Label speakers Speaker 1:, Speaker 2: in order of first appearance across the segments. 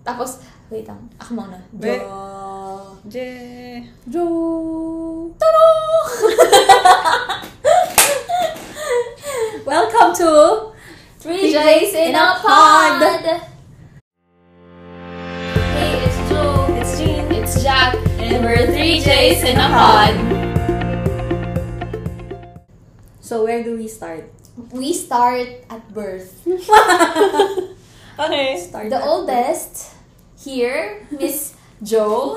Speaker 1: Tapos, wait lang. Ako muna. Jo.
Speaker 2: Wait. Je.
Speaker 1: Jo. Taro! Welcome to 3 J's in a Pod! Hey, it's Jo.
Speaker 2: It's Jean.
Speaker 1: It's Jack. And we're 3 J's in a Pod.
Speaker 3: So where do we start?
Speaker 1: We start at birth.
Speaker 2: Okay.
Speaker 3: Start
Speaker 1: The
Speaker 3: at-
Speaker 1: oldest here, Miss Jo.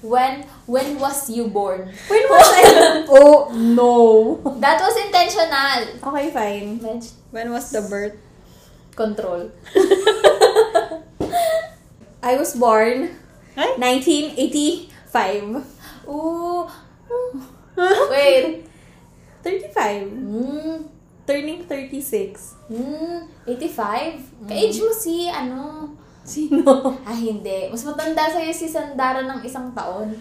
Speaker 1: When when was you born?
Speaker 3: When was I? oh no.
Speaker 1: That was intentional.
Speaker 3: Okay, fine.
Speaker 1: Medj-
Speaker 2: When was the birth?
Speaker 1: Control.
Speaker 3: I was born
Speaker 2: Ay?
Speaker 3: 1985.
Speaker 1: Ooh. Wait.
Speaker 3: 35.
Speaker 1: Mm.
Speaker 3: Turning 36.
Speaker 1: Mm. 85? Ka-age mo si ano?
Speaker 3: Sino?
Speaker 1: Ah, hindi. Mas matanda sa'yo si Sandara ng isang taon.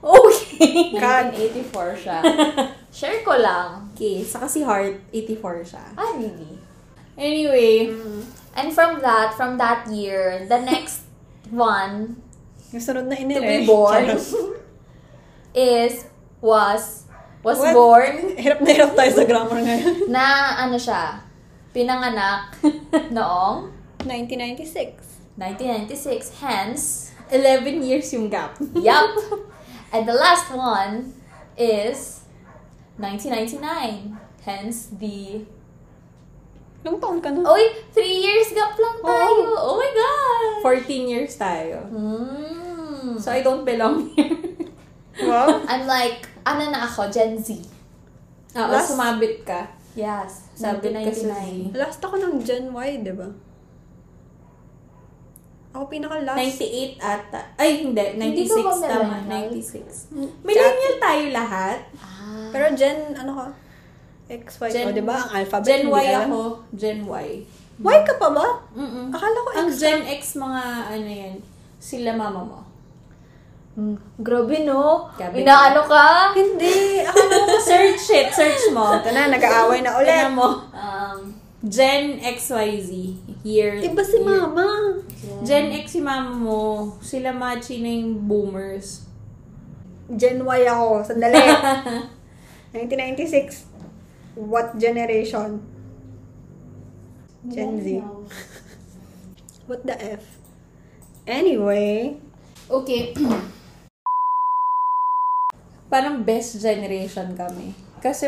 Speaker 3: Okay.
Speaker 1: 1984 siya. Share ko lang.
Speaker 3: Okay, saka si Heart, 84 siya.
Speaker 1: Ah, really?
Speaker 3: Anyway,
Speaker 2: Mm.
Speaker 1: And from that, from that year, the next one
Speaker 2: Yung sunod na eh.
Speaker 1: to be
Speaker 2: inire.
Speaker 1: born is, was, was
Speaker 2: What?
Speaker 1: born
Speaker 2: hirap na hirap tayo sa grammar ngayon.
Speaker 1: na ano siya, pinanganak noong
Speaker 2: 1996.
Speaker 1: 1996. Hence,
Speaker 3: 11 years yung gap.
Speaker 1: yup. And the last one is 1999. Hence the...
Speaker 2: Ilang taon ka
Speaker 3: Oh,
Speaker 2: na?
Speaker 1: Oy, three years gap lang tayo. Oh, my God.
Speaker 3: 14 years tayo.
Speaker 1: Hmm.
Speaker 3: So I don't belong here.
Speaker 2: Wow.
Speaker 1: I'm like, ano na ako, Gen Z.
Speaker 3: Oo,
Speaker 2: Last-
Speaker 3: sumabit ka.
Speaker 1: Yes,
Speaker 3: Sabi ka sa Z.
Speaker 1: 1999.
Speaker 2: Last ako ng Gen Y, di ba? Ako pinaka-last.
Speaker 3: 98 ata. Ay, hindi.
Speaker 1: Hindi ka
Speaker 3: 96
Speaker 1: ba Mm.
Speaker 3: tama.
Speaker 1: millennial?
Speaker 3: 96. Millennial tayo lahat.
Speaker 1: Ah.
Speaker 2: Pero Gen, ano ka? X, Y.
Speaker 3: Gen-
Speaker 2: o, di ba? Ang alphabet.
Speaker 3: Gen
Speaker 2: Ah, hindi
Speaker 3: Y
Speaker 2: alam.
Speaker 3: ako. Gen Y.
Speaker 2: Y ka pa ba?
Speaker 3: Mm-mm.
Speaker 2: Akala ko
Speaker 3: Ang
Speaker 2: X.
Speaker 3: Gen X mga ano yan, sila mama mo.
Speaker 1: Mm, grabe no.
Speaker 3: Grabe.
Speaker 1: Inaano ka?
Speaker 2: Hindi. Akala ko kasi.
Speaker 3: search it, search mo.
Speaker 2: Ito na, nag-aaway na ulit.
Speaker 3: Tignan mo.
Speaker 1: Um,
Speaker 3: Gen XYZ. Year.
Speaker 2: Di ba si
Speaker 3: year.
Speaker 2: Mama?
Speaker 3: Gen X si mama mo. Sila machi na yung boomers.
Speaker 2: Gen Y ako. Sandali. 1996. What generation? Gen Z. What the F? Anyway.
Speaker 3: Okay. Parang best generation kami. Kasi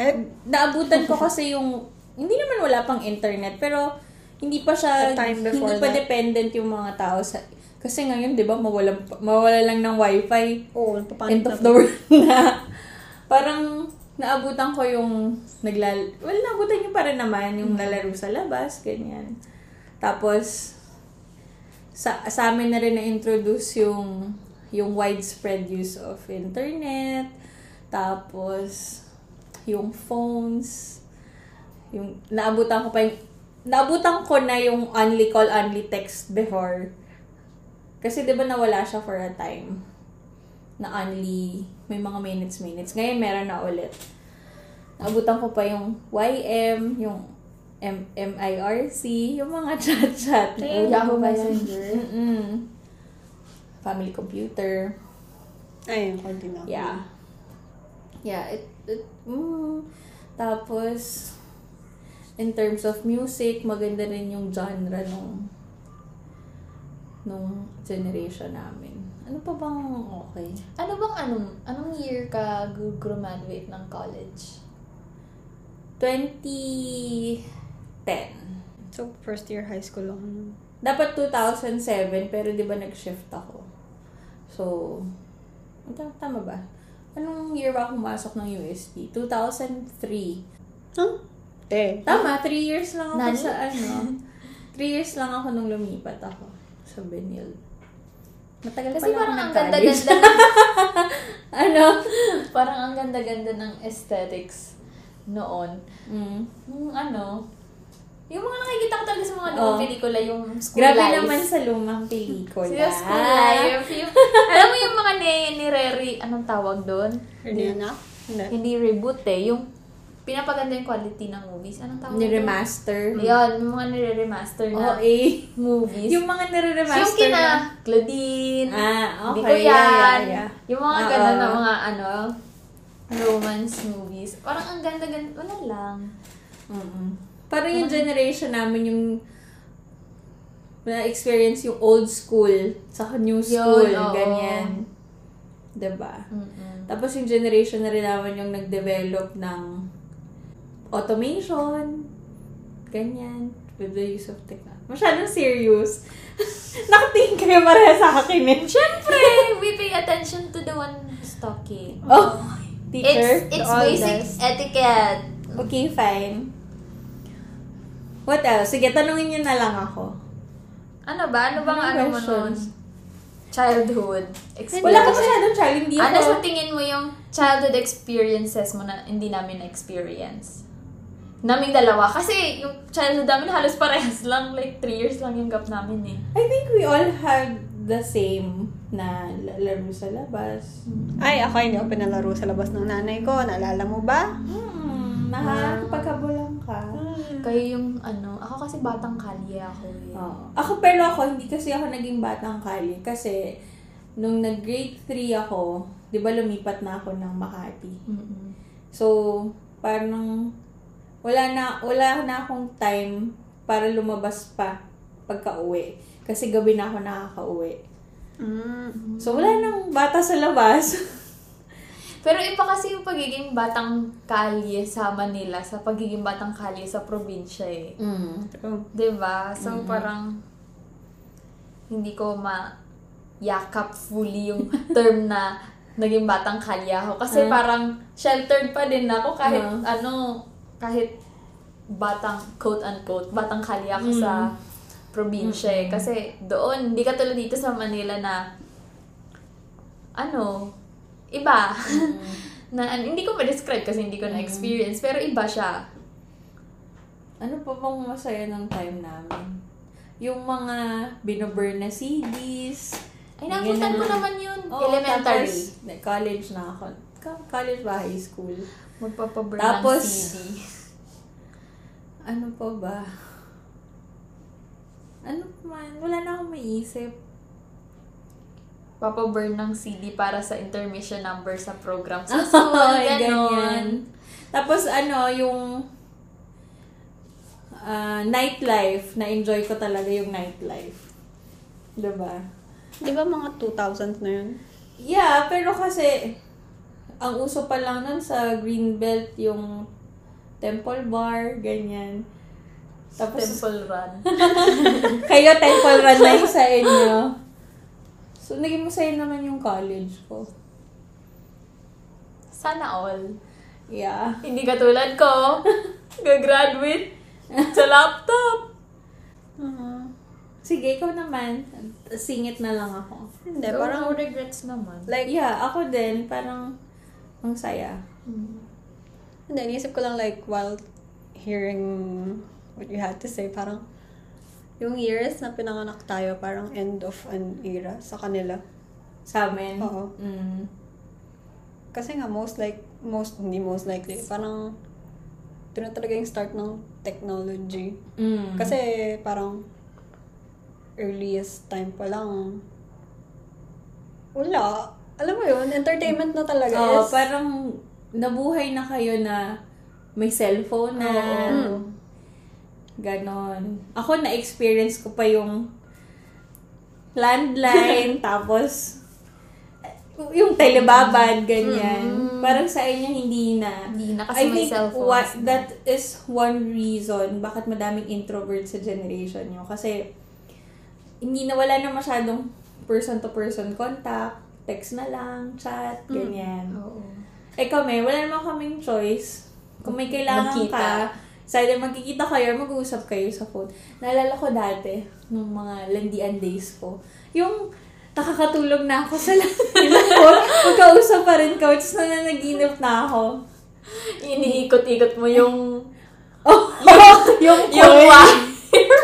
Speaker 2: Eh,
Speaker 3: naabutan ko kasi yung hindi naman wala pang internet pero hindi pa siya
Speaker 2: The time
Speaker 3: hindi
Speaker 2: before
Speaker 3: pa
Speaker 2: that.
Speaker 3: dependent yung mga tao sa kasi ngayon 'di ba mawala mawala lang ng wifi
Speaker 2: oh,
Speaker 3: end
Speaker 2: napapanit
Speaker 3: of the world na parang naabutan ko yung naglal well naabutan yung para naman yung lalaro sa labas ganyan tapos sa sa amin na rin na introduce yung yung widespread use of internet tapos yung phones yung naabutan ko pa yung naabutan ko na yung only call only text before kasi 'di ba nawala siya for a time na only may mga minutes minutes ngayon meron na ulit naabutan ko pa yung YM yung M- MIRC yung mga chat chat
Speaker 1: Ay, Yahoo Messenger.
Speaker 3: Mm-mm. family computer
Speaker 2: Ayun, continue.
Speaker 3: Yeah. Yeah, it, it mm, tapos in terms of music, maganda rin yung genre nung nung generation namin. Ano pa bang okay?
Speaker 1: Ano bang anong, anong year ka gu- graduate ng college?
Speaker 3: 2010.
Speaker 2: So, first year high school ako. nun.
Speaker 3: Dapat 2007, pero di ba nag-shift ako? So, ta- tama ba? Anong year ba ako pumasok ng USD? 2003.
Speaker 2: Huh? Te.
Speaker 3: Tama, three years lang ako
Speaker 1: Nani?
Speaker 3: sa ano. Three years lang ako nung lumipat ako sa Benil. Matagal
Speaker 1: Kasi
Speaker 3: pala ako
Speaker 1: parang ang
Speaker 3: nag-college.
Speaker 1: ganda-ganda.
Speaker 3: ano?
Speaker 1: parang ang ganda-ganda ng aesthetics noon.
Speaker 3: Mm.
Speaker 1: Yung ano, yung mga nakikita ko talaga sa mga lumang
Speaker 3: Oo.
Speaker 1: pelikula, yung school
Speaker 3: Grabe
Speaker 1: life.
Speaker 3: naman sa lumang pelikula.
Speaker 1: Yung school life. Yung, alam mo yung mga ni, ni Reri, anong tawag doon?
Speaker 2: Hindi na? Hindi.
Speaker 1: Hindi reboot eh, yung pinapaganda yung quality ng movies. Anong tawag?
Speaker 3: Niremaster.
Speaker 1: Yun, yung mga nire-remaster na
Speaker 3: Mm. Oo, eh.
Speaker 1: movies.
Speaker 3: Yung mga niremaster
Speaker 1: yung kina Claudine,
Speaker 3: Ah,
Speaker 1: Di
Speaker 3: okay.
Speaker 1: ko yan.
Speaker 3: Yeah, yeah, yeah. Ah,
Speaker 1: Yung mga
Speaker 3: Oo.
Speaker 1: ganun na mga ano, romance movies. Parang ang ganda-ganda. Wala lang.
Speaker 3: mm Parang yung generation namin yung na-experience yung old school saka new school,
Speaker 1: oo.
Speaker 3: ganyan. 'Di ba?
Speaker 1: Mm-mm.
Speaker 3: Tapos yung generation na rin naman yung nag-develop ng automation, ganyan, with the use of technology. Masyadong serious. Nakatingin kayo pareha sa akin eh.
Speaker 1: Siyempre, we pay attention to the one who's talking.
Speaker 3: Oh, teacher.
Speaker 1: It's, it's
Speaker 3: all
Speaker 1: basic
Speaker 3: this.
Speaker 1: etiquette.
Speaker 3: Okay, fine. What else? Sige, tanungin niyo na lang ako.
Speaker 1: Ano ba? Ano bang ano
Speaker 3: Anong
Speaker 1: mo nun?
Speaker 3: question?
Speaker 1: Childhood.
Speaker 3: Wala ka
Speaker 1: experience.
Speaker 3: masyadong child, hindi
Speaker 1: Ano sa
Speaker 3: ako.
Speaker 1: tingin mo yung childhood experiences mo na hindi namin na-experience? Naming dalawa. Kasi yung childhood namin halos parehas lang. Like, three years lang yung gap namin eh.
Speaker 3: I think we all had the same na la- laro sa labas.
Speaker 2: Ay, ako hindi ako pinalaro sa labas ng nanay ko. Naalala mo ba?
Speaker 3: Hmm, nakakapagkabulang ka.
Speaker 1: Kayo yung ano, ako kasi batang kalye ako eh.
Speaker 3: Oo. Ako pero ako, hindi kasi ako naging batang kali. Kasi, nung nag-grade 3 ako, di ba lumipat na ako ng Makati.
Speaker 1: Mm-mm.
Speaker 3: So, parang wala na wala na akong time para lumabas pa pagka-uwi. Kasi gabi na ako nakaka-uwi.
Speaker 2: Mm.
Speaker 3: So, wala nang bata sa labas.
Speaker 1: Pero iba kasi yung pagiging batang kalye sa Manila sa pagiging batang kalye sa probinsya eh.
Speaker 3: Mm.
Speaker 2: True.
Speaker 1: 'Di ba? Diba? So
Speaker 3: Mm-hmm.
Speaker 1: parang hindi ko ma yakap fully yung term na naging batang kalye ako kasi
Speaker 3: Ah.
Speaker 1: parang sheltered pa din ako kahit
Speaker 3: Ah.
Speaker 1: ano kahit batang quote unquote batang kalye ako
Speaker 3: Mm.
Speaker 1: sa
Speaker 3: Mm-hmm.
Speaker 1: probinsya eh. kasi doon hindi katulad dito sa Manila na ano iba
Speaker 3: Mm-hmm.
Speaker 1: na ano, hindi ko ma-describe kasi hindi ko na-experience pero iba siya
Speaker 3: Ano pa bang masaya ng time namin? Yung mga binoburn na CDs.
Speaker 1: ay napuntan
Speaker 3: Ganun.
Speaker 1: ko naman yun
Speaker 3: Oo,
Speaker 1: elementary
Speaker 3: tapos, na- college na ako. Ka- College ba? High school?
Speaker 1: magpapaburn
Speaker 3: Tapos,
Speaker 1: ng CD
Speaker 3: Ano pa ba? Ano pa man? Wala na akong maisip.
Speaker 1: papaburn ng CD para sa intermission number sa program sa school
Speaker 3: Oo,
Speaker 1: ganon
Speaker 3: ganyan. Tapos ano, yung ah, nightlife, na-enjoy ko talaga yung nightlife. 'Di ba?
Speaker 2: Di ba mga 2000 na yun?
Speaker 3: Yeah, pero kasi ang uso pa lang nun sa Greenbelt yung Temple Bar, ganyan. Tapos
Speaker 1: temple run
Speaker 3: kayo Temple Run na yung sa inyo. So, naging masaya naman yung college ko.
Speaker 1: sana all
Speaker 3: Yeah.
Speaker 1: hindi katulad ko gagraduate sa laptop
Speaker 2: uh
Speaker 3: Sige, ikaw naman. Singit na lang ako.
Speaker 2: Hindi,
Speaker 1: so,
Speaker 2: parang
Speaker 1: no regrets naman
Speaker 2: like,
Speaker 3: Yeah, ako din. Parang, ang saya.
Speaker 2: Hindi, iniisip ko lang like while hearing what you had to say, parang yung years na pinanganak tayo, parang end of an era sa kanila.
Speaker 3: Sa amin.
Speaker 2: Oo.
Speaker 3: Mm.
Speaker 2: Kasi nga, most like, most, hindi most likely, parang doon na talaga yung start ng technology.
Speaker 3: Mm.
Speaker 2: Kasi parang earliest time pa lang, wala. Alam mo yun, entertainment na talaga.
Speaker 3: Oo,
Speaker 2: is-
Speaker 3: parang nabuhay na kayo na may cellphone na.
Speaker 2: Oo.
Speaker 3: Ganon. Ako na-experience ko pa yung landline, tapos yung telebabad, ganyan. Parang sa inyo, hindi na.
Speaker 1: Mm-hmm. Hindi na kasi
Speaker 3: I
Speaker 1: may
Speaker 3: think
Speaker 1: cellphones
Speaker 3: what-
Speaker 1: na.
Speaker 3: that is one reason bakit madaming introvert sa generation nyo. Kasi hindi na wala na masyadong person-to-person contact, text na lang, chat,
Speaker 1: Mm.
Speaker 3: ganyan.
Speaker 1: oo
Speaker 3: Eh kami, wala naman kaming choice. Kung may kailangan
Speaker 1: Magkita.
Speaker 3: ka, sa either magkikita kayo or mag-uusap kayo sa phone. Naalala ko dati, nung mga landian days ko, yung nakakatulog na ako sa landian ko, magkausap pa rin ka, which is nananaginip na ako.
Speaker 1: iniikot-ikot mo yung
Speaker 3: Oh, yung
Speaker 1: yung
Speaker 3: coin.
Speaker 1: wire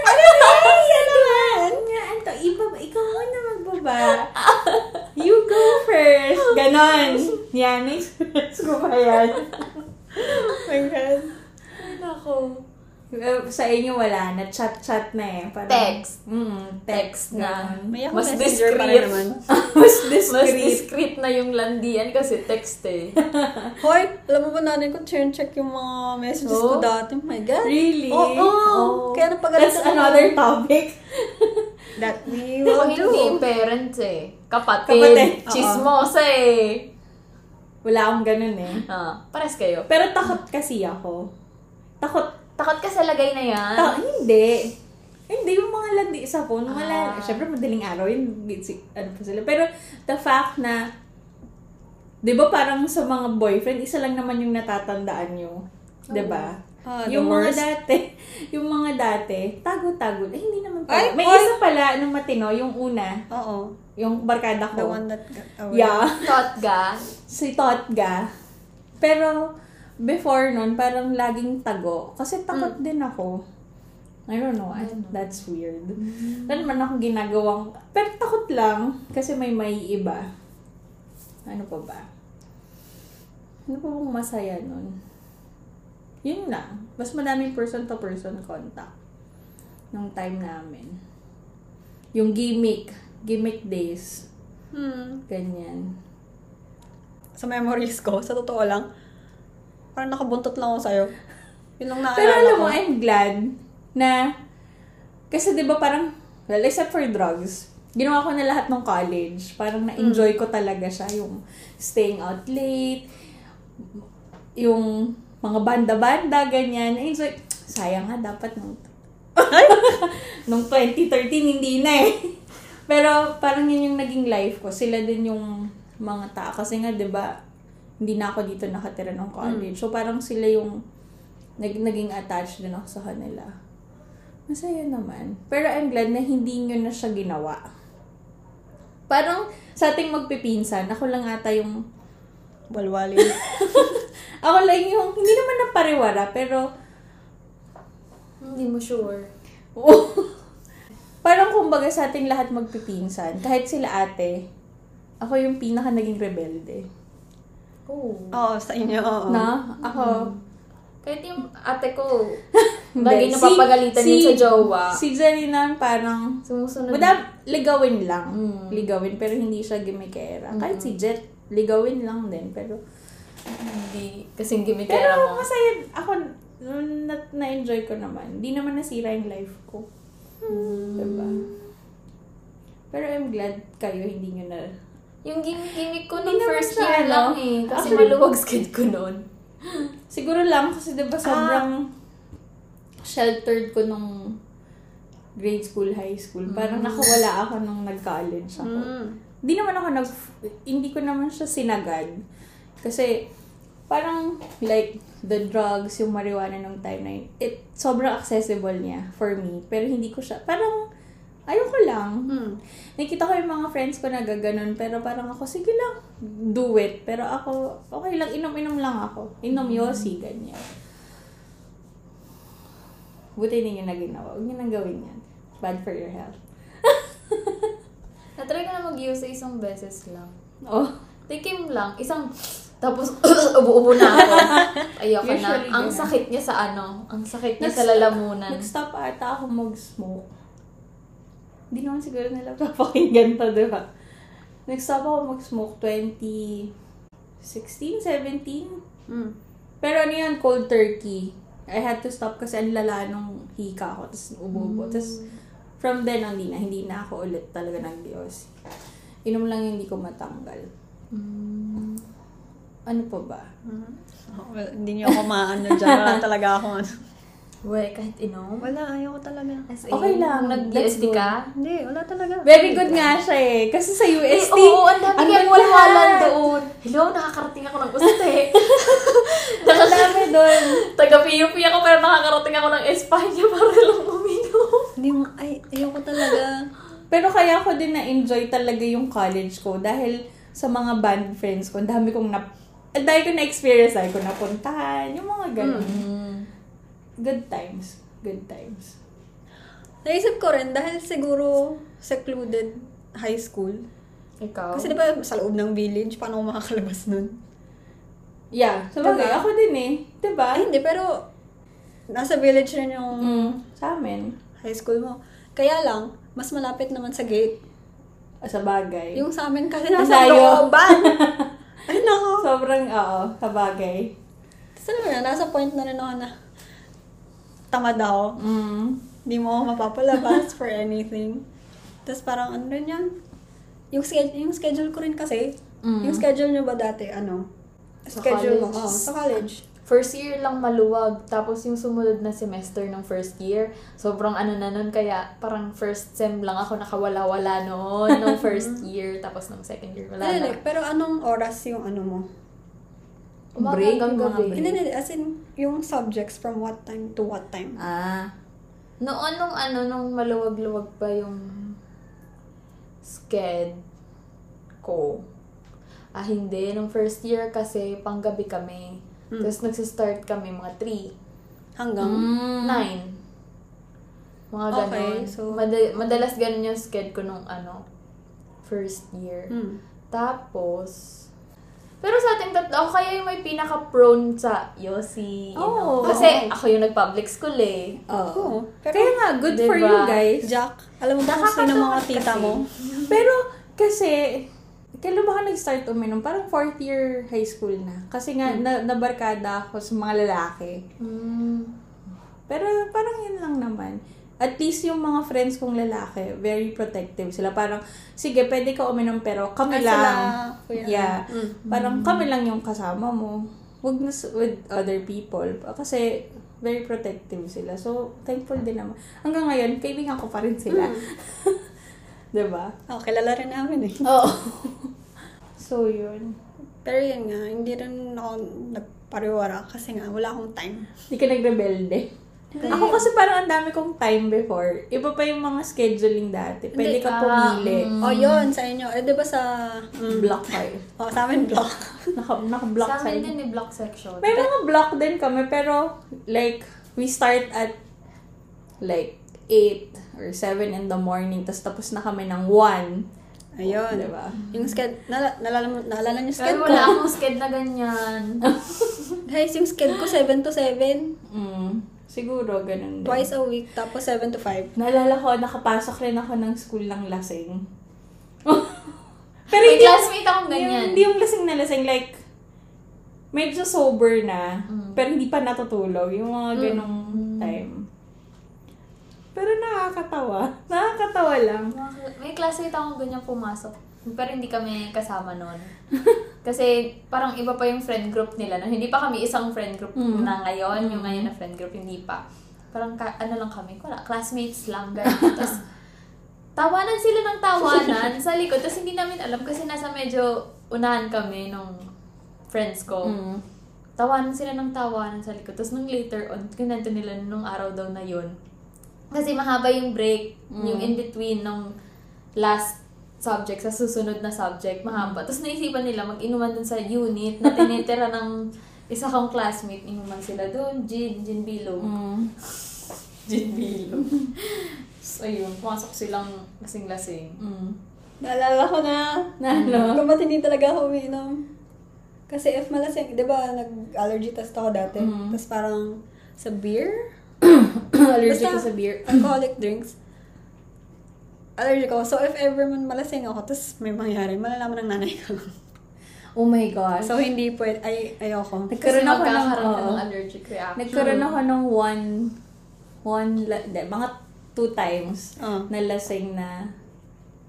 Speaker 3: Ano ba? Ano naman? Ano, iba ba? Ikaw na magbaba. You go first. Ganon. Yan, experience ko ba yan?
Speaker 2: my God.
Speaker 1: Ay, nako.
Speaker 3: Eh, Sa inyo wala na. Chat-chat na eh. Parang,
Speaker 1: Text.
Speaker 3: Mm, text,
Speaker 1: Text na.
Speaker 3: na.
Speaker 2: May ako
Speaker 1: Mas
Speaker 2: messenger pa rin
Speaker 1: discreet.
Speaker 2: naman.
Speaker 3: Mas
Speaker 1: Mas
Speaker 3: discreet.
Speaker 1: discreet na yung landian kasi text eh.
Speaker 2: Hoy, alam mo ba nanay ko, check yung mga messages ko
Speaker 1: Oh.
Speaker 2: dati. Oh my God.
Speaker 3: Really?
Speaker 2: Oo.
Speaker 3: Oh.
Speaker 2: Kaya napagalitan
Speaker 3: That's
Speaker 2: ako.
Speaker 3: another topic.
Speaker 2: That we
Speaker 1: Kung
Speaker 2: will
Speaker 1: hindi yung
Speaker 2: do.
Speaker 1: parents eh. Kapatid.
Speaker 3: Kapatid, oo.
Speaker 1: Chismosa eh.
Speaker 3: Wala akong ganun eh.
Speaker 1: Ah, pares kayo.
Speaker 3: Pero takot kasi ako. Takot.
Speaker 1: Takot ka sa lagay na
Speaker 2: Ah.
Speaker 1: yan.
Speaker 3: Ta- hindi. Hindi yung mga landi sa phone. Wala.
Speaker 1: Ah.
Speaker 3: Siyempre, madaling araw yun. busy- Ano pa sila. Pero the fact na, di ba parang sa mga boyfriend, isa lang naman yung natatandaan nyo. Di ba?
Speaker 2: Ah, the
Speaker 3: yung mga
Speaker 2: worst.
Speaker 3: dati, yung mga dati, tago-tago. Eh, hindi naman pala.
Speaker 2: Ay,
Speaker 3: May
Speaker 2: oy!
Speaker 3: isa pala nung matino, yung una,
Speaker 2: Oo.
Speaker 3: yung barkada ko.
Speaker 2: The one that got away.
Speaker 3: Oh. Yeah.
Speaker 1: Thought ka.
Speaker 3: si Totga. Pero, before nun, parang laging tago. Kasi takot din ako. I don't know. I- that's weird. Wala naman akong ginagawang... Pero takot lang. Kasi may may iba. Ano pa ba? Ano pa bang masaya nun? Yun lang. Mas madaming person-to-person contact. Nung time namin. Yung gimmick. Gimmick days.
Speaker 2: Hmm.
Speaker 3: Ganyan.
Speaker 2: Sa memories ko, sa totoo lang, parang nakabuntot lang ako sa'yo. Yun lang naalala
Speaker 3: Pero alam mo,
Speaker 2: ko.
Speaker 3: I'm glad na, kasi di ba parang, well, except for drugs, ginawa ko na lahat ng college. Parang na-enjoy
Speaker 2: Mm.
Speaker 3: ko talaga siya, yung staying out late, yung mga banda-banda, ganyan. Na-enjoy. Sayang nga, dapat nung, nung 2013, hindi na eh. Pero parang yun yung naging life ko. Sila din yung mga ta. Kasi nga, di ba, hindi na ako dito nakatira ng college. So parang sila yung nag- naging attached din ako sa kanila. Masaya naman. Pero I'm glad na hindi nyo na siya ginawa. Parang sa ating magpipinsan, ako lang ata yung...
Speaker 2: Walwali.
Speaker 3: Ako lang yung... Hindi naman napariwara, pero...
Speaker 1: Hindi mo sure.
Speaker 3: parang kumbaga sa ating lahat magpipinsan. Kahit sila ate, ako yung pinaka naging rebelde.
Speaker 1: Oh.
Speaker 2: Oo, sa inyo. oo.
Speaker 3: Na? Ako...
Speaker 1: Mm. Kahit yung ate ko,
Speaker 3: Hindi.
Speaker 1: lagi napapagalitan
Speaker 3: Si-
Speaker 1: yun sa jowa.
Speaker 3: Si Janina parang...
Speaker 1: Sumusunod.
Speaker 3: Wala, ligawin lang.
Speaker 1: Mm.
Speaker 3: Ligawin, pero hindi siya gimmickera. Kahit si Jet, ligawin lang din. Pero,
Speaker 1: Hindi. Kasing gimitera
Speaker 3: pero
Speaker 1: mo.
Speaker 3: masaya, ako, nun- na, na-enjoy ko naman. Di naman nasira yung life ko.
Speaker 1: Mm.
Speaker 3: Diba? Pero I'm glad kayo hindi nyo na...
Speaker 1: Yung gimmick-gimmick ko
Speaker 3: Hindi
Speaker 1: nung
Speaker 3: naman
Speaker 1: first
Speaker 3: siya,
Speaker 1: year
Speaker 3: ano?
Speaker 1: lang eh. Kasi
Speaker 3: Actually-
Speaker 1: maluwag skid ko noon.
Speaker 3: Siguro lang kasi diba sobrang sheltered ko nung grade school, high school. Parang nakawala ako nung nag-college ako.
Speaker 2: Mm.
Speaker 3: Hindi naman ako nag... Hindi ko naman siya sinagad. Kasi, parang, like, the drugs, yung marijuana nung time na yun, it, sobrang accessible niya for me. Pero hindi ko siya, parang, ayoko lang.
Speaker 2: Mm.
Speaker 3: Nakita ko yung mga friends ko na gaganon, pero parang ako, sige lang, do it. Pero ako, okay lang, inom-inom lang ako. Inom yosi, ganyan. Buti hindi nyo na ginawa. Huwag nyo nang gawin yan. Bad for your health.
Speaker 1: Natry ko na mag-use isang beses lang.
Speaker 3: Oh.
Speaker 1: Tikim lang. Isang... Tapos, ubo-ubo na ako. Ayoko na.
Speaker 3: Usually,
Speaker 1: Ang
Speaker 3: ganun.
Speaker 1: sakit niya sa ano? Ang sakit niya sa
Speaker 3: Nag-stop-
Speaker 1: lalamunan.
Speaker 3: Nag-stop ata ako mag-smoke. Hindi naman siguro nila papakinggan to, di ba? Nag-stop ako mag-smoke 2016, 17.
Speaker 2: Mm.
Speaker 3: Pero ano yun, cold turkey. I had to stop kasi ang lala nung hika ko. Tapos ubo ko.
Speaker 1: Hmm.
Speaker 3: Tapos from then on, hindi na. Hindi na ako ulit talaga ng Diyos. Inom lang yung hindi ko matanggal.
Speaker 1: Mm.
Speaker 3: Ano pa ba?
Speaker 2: Oh, Well, hindi niyo ako maano dyan. Wala talaga ako. ano.
Speaker 1: We, kahit inom.
Speaker 2: Wala, ayoko talaga.
Speaker 1: As in,
Speaker 3: Okay lang.
Speaker 1: Kung
Speaker 3: That's
Speaker 1: nag-DSD
Speaker 3: good.
Speaker 1: ka.
Speaker 2: Hindi, wala talaga.
Speaker 3: Very good nga siya eh. Kasi sa UST,
Speaker 1: Eh, oo, ang dami kayang
Speaker 3: ganda.
Speaker 1: walwalan doon. Hello, nakakarating ako ng uste.
Speaker 3: Ang dami doon.
Speaker 1: Taga-PUP ako pero nakakarating ako ng Espanya para lang uminom.
Speaker 2: Hindi mo, ay, ayoko talaga.
Speaker 3: Pero kaya ko din na-enjoy talaga yung college ko dahil sa mga band friends ko, ang dami kong na... ang dami ko na-experience, dahil ko napuntahan, yung mga ganun.
Speaker 1: Hmm.
Speaker 3: Good times. Good times.
Speaker 2: Naisip ko rin, dahil siguro secluded high school. diba,
Speaker 1: Ikaw?
Speaker 2: Kasi di ba sa loob ng village, paano ako makakalabas nun?
Speaker 3: Yeah, sabagay.
Speaker 2: Diba?
Speaker 3: Ako din eh. Diba?
Speaker 2: Ay, hindi, pero nasa village rin yung
Speaker 3: Mm, sa amin.
Speaker 2: high school mo. Kaya lang, mas malapit naman sa gate.
Speaker 3: Ah, Sa bagay.
Speaker 2: Yung sa amin kasi nasa
Speaker 3: Layo.
Speaker 2: looban. Ay, nako.
Speaker 3: Sobrang, oo, sa bagay.
Speaker 2: Tapos alam mo na, nasa point na rin ako na tamad ako.
Speaker 3: Mm.
Speaker 2: Hindi mo ako mapapalabas for anything. Tapos parang ano rin yan? Yung schedule, yung schedule ko rin kasi, yung schedule nyo ba dati, ano?
Speaker 1: Mm. Sa
Speaker 2: schedule mo,
Speaker 1: college.
Speaker 2: oh, sa college.
Speaker 1: First year lang maluwag, tapos yung sumunod na semester ng first year, sobrang ano na nun, kaya parang first sem lang ako nakawala-wala noon, nung first year, tapos nung second year, wala
Speaker 3: Ano,
Speaker 2: Hindi,
Speaker 1: na.
Speaker 2: hindi, pero anong oras yung ano mo?
Speaker 1: Umaga
Speaker 3: Break,
Speaker 1: hanggang
Speaker 3: mga
Speaker 1: gabi.
Speaker 3: break.
Speaker 2: Hindi, hindi, as in, yung subjects from what time to what time.
Speaker 3: Ah.
Speaker 1: Noon nung ano, nung maluwag-luwag pa yung sked ko. Ah, hindi. Nung first year kasi, panggabi kami.
Speaker 3: Hmm.
Speaker 1: Tapos nagsistart kami mga 3,
Speaker 2: Hanggang,
Speaker 1: 9. Mm. Mga
Speaker 2: Okay,
Speaker 1: ganun.
Speaker 2: so-
Speaker 1: Mada- madalas ganun yung sked ko nung ano, first year.
Speaker 2: hmm.
Speaker 1: Tapos, pero sa ating tatlo, ako kaya yung may pinaka-prone sa Yossi. you know.
Speaker 3: Oo.
Speaker 1: Kasi ako yung nag-public school eh.
Speaker 3: Oo.
Speaker 2: Oo, pero-
Speaker 3: Kaya nga, good for
Speaker 1: Diba?
Speaker 3: you guys.
Speaker 2: Jack, alam mo ba kung sino mga tita
Speaker 1: kasi.
Speaker 2: mo?
Speaker 3: Pero, kasi, kailan ba ka nag-start uminom? Parang fourth year high school na. Kasi nga,
Speaker 2: Hmm.
Speaker 3: na- nabarkada ako sa mga lalaki.
Speaker 1: Mm.
Speaker 3: Pero parang yun lang naman. At least yung mga friends kong lalaki, very protective sila. Parang, sige, pwede ka uminom pero kami
Speaker 2: Ay,
Speaker 3: lang.
Speaker 2: sila, kuya.
Speaker 3: Yeah.
Speaker 2: Mm.
Speaker 3: Parang kami lang yung kasama mo. Huwag na s- with other people. Kasi very protective sila. So, thankful din naman. Hanggang ngayon, kaibigan ko pa rin sila.
Speaker 2: Mm.
Speaker 3: diba?
Speaker 2: Oh, kilala rin namin eh.
Speaker 3: Oo. so, yun.
Speaker 2: Pero yun nga, hindi rin ako nagpariwara kasi nga, wala akong time.
Speaker 3: Hindi ka nagrebelde. Ako kasi parang ang dami kong time before. Iba pa yung mga scheduling dati. Pwede
Speaker 2: Hindi,
Speaker 3: ka
Speaker 1: ah,
Speaker 3: pumili.
Speaker 2: O oh, yun, sa inyo. Eh, di ba sa... Mm,
Speaker 3: Block kayo.
Speaker 2: oh, sa amin block.
Speaker 3: Naka, naka-block
Speaker 1: Sa
Speaker 3: kayo.
Speaker 1: amin din ni block section.
Speaker 3: May mga block din kami, pero like, we start at like 8 or 7 in the morning, tapos tapos na kami ng 1.
Speaker 2: Ayun.
Speaker 3: Diba?
Speaker 2: Yung sked, nala, nalala, mo- naalala niyo
Speaker 1: Pero
Speaker 2: sked ko?
Speaker 1: wala akong sked na ganyan.
Speaker 2: Guys, yung sked ko 7 to 7.
Speaker 3: Mm, siguro, ganun din.
Speaker 2: Twice a week, tapos 7 to 5.
Speaker 3: Naalala ko, nakapasok rin ako ng school ng lasing. pero
Speaker 1: May
Speaker 3: hindi,
Speaker 1: classmate akong
Speaker 3: yung,
Speaker 1: ganyan.
Speaker 3: hindi yung lasing na lasing, like, medyo sober na, pero hindi pa natutulog. Yung mga ganong time. Pero nakakatawa. Nakakatawa lang.
Speaker 1: May classmate akong ganyan pumasok. Pero hindi kami kasama noon. Kasi parang iba pa yung friend group nila. nun. Hindi pa kami isang friend group
Speaker 3: Mm.
Speaker 1: na ngayon. Yung ngayon na friend group, hindi pa. Parang ka- ano lang kami, wala, classmates lang. Ganyan. Tapos tawanan sila ng tawanan sa likod. Tapos hindi namin alam kasi nasa medyo unahan kami nung friends ko.
Speaker 3: Hmm.
Speaker 1: tawanan sila ng tawanan sa likod. Tapos nung later on, kinento nila nung araw daw na yun. Kasi mahaba yung break,
Speaker 3: Mm.
Speaker 1: yung in-between nung last subject sa susunod na subject, mahaba. Tapos naisipan nila mag-inuman dun sa unit na tinitira ng isa kong classmate. Inuman sila dun, gin, gin bilog.
Speaker 3: Mm.
Speaker 1: Gin bilog. so ayun, pumasok silang lasing-lasing.
Speaker 2: Naalala ko na.
Speaker 3: Na ano?
Speaker 2: Mm. Kung ba't hindi talaga ako umiinom? Kasi if malasing, di ba nag-allergy test ako dati? Tapos parang sa beer?
Speaker 3: Allergic
Speaker 2: Basta-
Speaker 3: ka sa beer.
Speaker 2: alcoholic drinks, allergic ako. So, if ever man malasing ako, tapos may mangyari, malalaman ng nanay ko.
Speaker 3: Oh my gosh.
Speaker 2: so, hindi pwede. Ay, ayoko.
Speaker 1: Kasi
Speaker 3: nagkaroon ako ng,
Speaker 1: magkakaroon ka
Speaker 3: oo.
Speaker 1: ng allergic reaction.
Speaker 3: nagkaroon ako ng one, one, la- de, mga two times
Speaker 2: Ah.
Speaker 3: na lasing na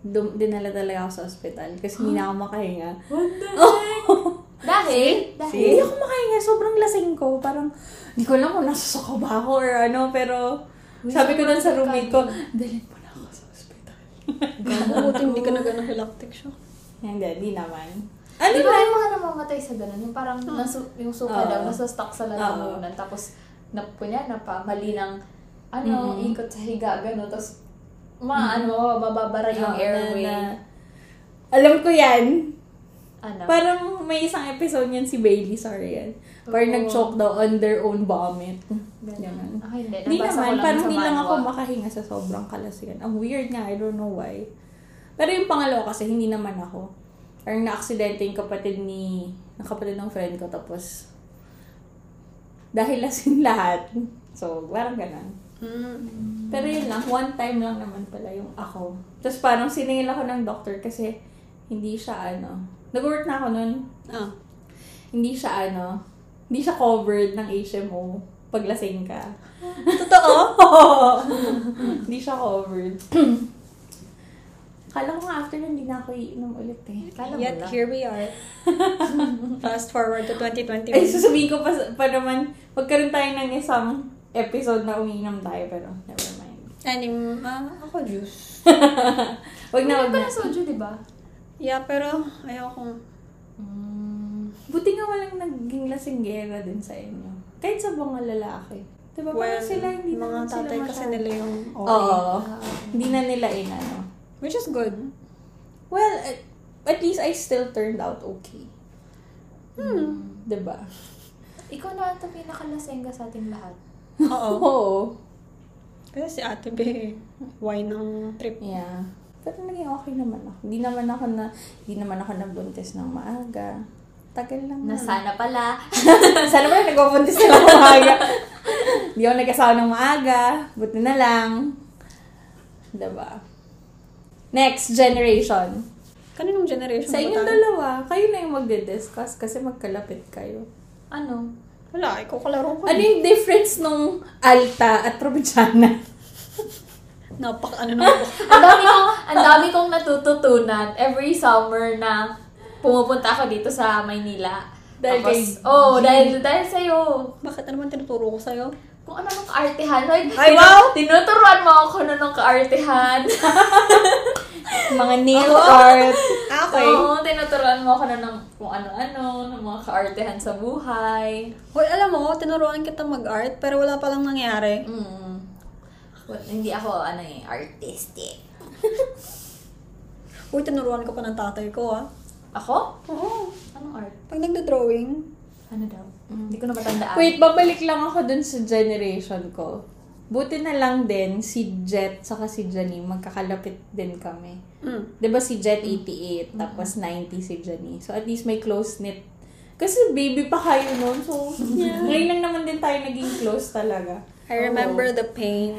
Speaker 3: dum, dinala talaga ako sa ospital kasi hindi na ako makahinga.
Speaker 1: Dahil,
Speaker 3: Hindi
Speaker 1: dahil,
Speaker 3: ako makahinga. Sobrang lasing ko. Parang, hindi ko alam kung nasusuko ba ako or ano, pero sabi ko dun sa roommate ko, dalhin mo na ako sa ospital.
Speaker 2: Buti hindi ka nag-anaphylactic shock.
Speaker 3: Hindi, hindi naman.
Speaker 1: Di
Speaker 3: Ano
Speaker 1: ba
Speaker 3: ba? Ah.
Speaker 1: yung mga namamatay sa ganun? Yung parang nasu, yung suka
Speaker 3: Oo.
Speaker 1: daw, nasa stock sa
Speaker 3: Ah.
Speaker 1: lalamunan. Tapos, na, kunya, napamali ng ano,
Speaker 3: Mm-mm.
Speaker 1: ikot sa higa, gano'n. Tapos, maano, mababara yung
Speaker 3: Oo,
Speaker 1: airway.
Speaker 3: Ah, na- na- alam ko yan.
Speaker 1: ano?
Speaker 3: Parang may isang episode yan si Bailey, sorry yan. Parang
Speaker 1: Oo.
Speaker 3: nag-choke daw on their own vomit. Ganun.
Speaker 1: Ah, hindi.
Speaker 3: Hindi
Speaker 1: Nabasa ko
Speaker 3: naman,
Speaker 1: lang sa
Speaker 3: parang hindi lang ako
Speaker 1: manual.
Speaker 3: makahinga sa sobrang kalasingan. Ang weird nga, I don't know why. Pero yung pangalawa kasi hindi naman ako. Parang na-accidente yung kapatid ni ng nakapalit ng friend ko. Tapos, dahil lasing lahat. So, parang ganun.
Speaker 2: Hmm.
Speaker 3: Pero yun lang, one time lang naman pala yung ako. Tapos parang siningil ako ng doctor kasi hindi siya ano. Nag-work na ako nun.
Speaker 2: Ah.
Speaker 3: Hindi siya ano. Hindi siya covered ng HMO pag lasing ka.
Speaker 2: Totoo?
Speaker 3: Oo. hindi siya covered. Kala ko nga after nun, hindi na ako iinom ulit eh.
Speaker 1: Kala mo
Speaker 2: Yet,
Speaker 1: lang.
Speaker 2: here we are. Fast forward to 2021.
Speaker 3: Ay, Eh, sasabihin ko pa, pa naman, magkaroon tayo ng isang episode na umiinom tayo, pero never mind.
Speaker 2: Anim, ah, ako juice.
Speaker 3: Wag na,
Speaker 1: Uminom
Speaker 3: wag
Speaker 1: ka
Speaker 3: na.
Speaker 1: ng soju, di ba?
Speaker 2: Yeah, pero ayokong
Speaker 1: Mm,
Speaker 3: Buti nga walang naging lasinggera din sa inyo. Kahit sa mga lalaki. Diba
Speaker 2: Well,
Speaker 3: parang sila hindi
Speaker 2: mga
Speaker 3: naman sila
Speaker 2: tatay kasi
Speaker 3: masyado-
Speaker 2: nila yung okay.
Speaker 3: Oo.
Speaker 1: ah.
Speaker 3: Hindi na nila inano.
Speaker 2: Which is good.
Speaker 3: Well, at, at least I still turned out okay.
Speaker 2: Hmm.
Speaker 3: Diba?
Speaker 1: Ikaw na ata pinakalasengga sa ating lahat.
Speaker 2: Oo.
Speaker 3: Oo.
Speaker 2: Kasi si Ate B, why ng trip?
Speaker 3: Yeah. Pero naging okay naman ako. Hindi naman ako na, hindi naman ako nabuntis ng maaga. Tagal lang.
Speaker 1: Na sana pala.
Speaker 3: Sana pala nagpapabuntis na ng maaga. Hindi ako nagkasawa ng maaga. Buti na lang. Diba? Next generation.
Speaker 2: Kaninong generation
Speaker 3: Sa
Speaker 2: ba
Speaker 3: inyong
Speaker 2: tayo?
Speaker 3: dalawa, kayo na yung magde-discuss kasi magkalapit kayo.
Speaker 1: Ano?
Speaker 2: Wala, ikaw kalaro ko.
Speaker 3: Ano yung difference nung Alta at Provinciana?
Speaker 2: Napak, ano na ako.
Speaker 1: Ang dami kong, ang dami kong natututunan every summer na pumupunta ako dito sa Maynila.
Speaker 3: Dahil
Speaker 1: Tapos,
Speaker 3: kay
Speaker 1: oh,
Speaker 3: G.
Speaker 1: dahil, dahil sa'yo.
Speaker 2: Bakit ano man tinuturo ko sa'yo?
Speaker 1: Kung ano nung kaartehan. Like,
Speaker 3: Ay, wow!
Speaker 1: Tinuturuan mo ako na nung kaartehan.
Speaker 3: Mga nail art.
Speaker 2: Ah, Okay.
Speaker 1: Oo, tinuturuan mo ako na ng kung ano-ano, ng mga kaartehan sa buhay.
Speaker 2: Hoy, alam mo, tinuruan kita mag-art, pero wala palang nangyari.
Speaker 1: Mm. Well, hindi ako, ano eh, artistic.
Speaker 2: Uy, tinuruan ko pa ng tatay ko, ah.
Speaker 1: Ako?
Speaker 2: Oo.
Speaker 1: Anong art?
Speaker 2: Pag nagdo-drawing,
Speaker 1: Ano daw? Hindi ko na matandaan.
Speaker 3: Hmm. Wait, babalik lang ako dun sa generation ko. Buti na lang din si Jet saka si Janine magkakalapit din kami.
Speaker 2: mm.
Speaker 3: 'Di ba si Jet 88 tapos 90 si Janine. So at least may close knit. Kasi baby pa kayo noon. So ngayon lang naman din tayo naging close talaga.
Speaker 2: I remember the pain.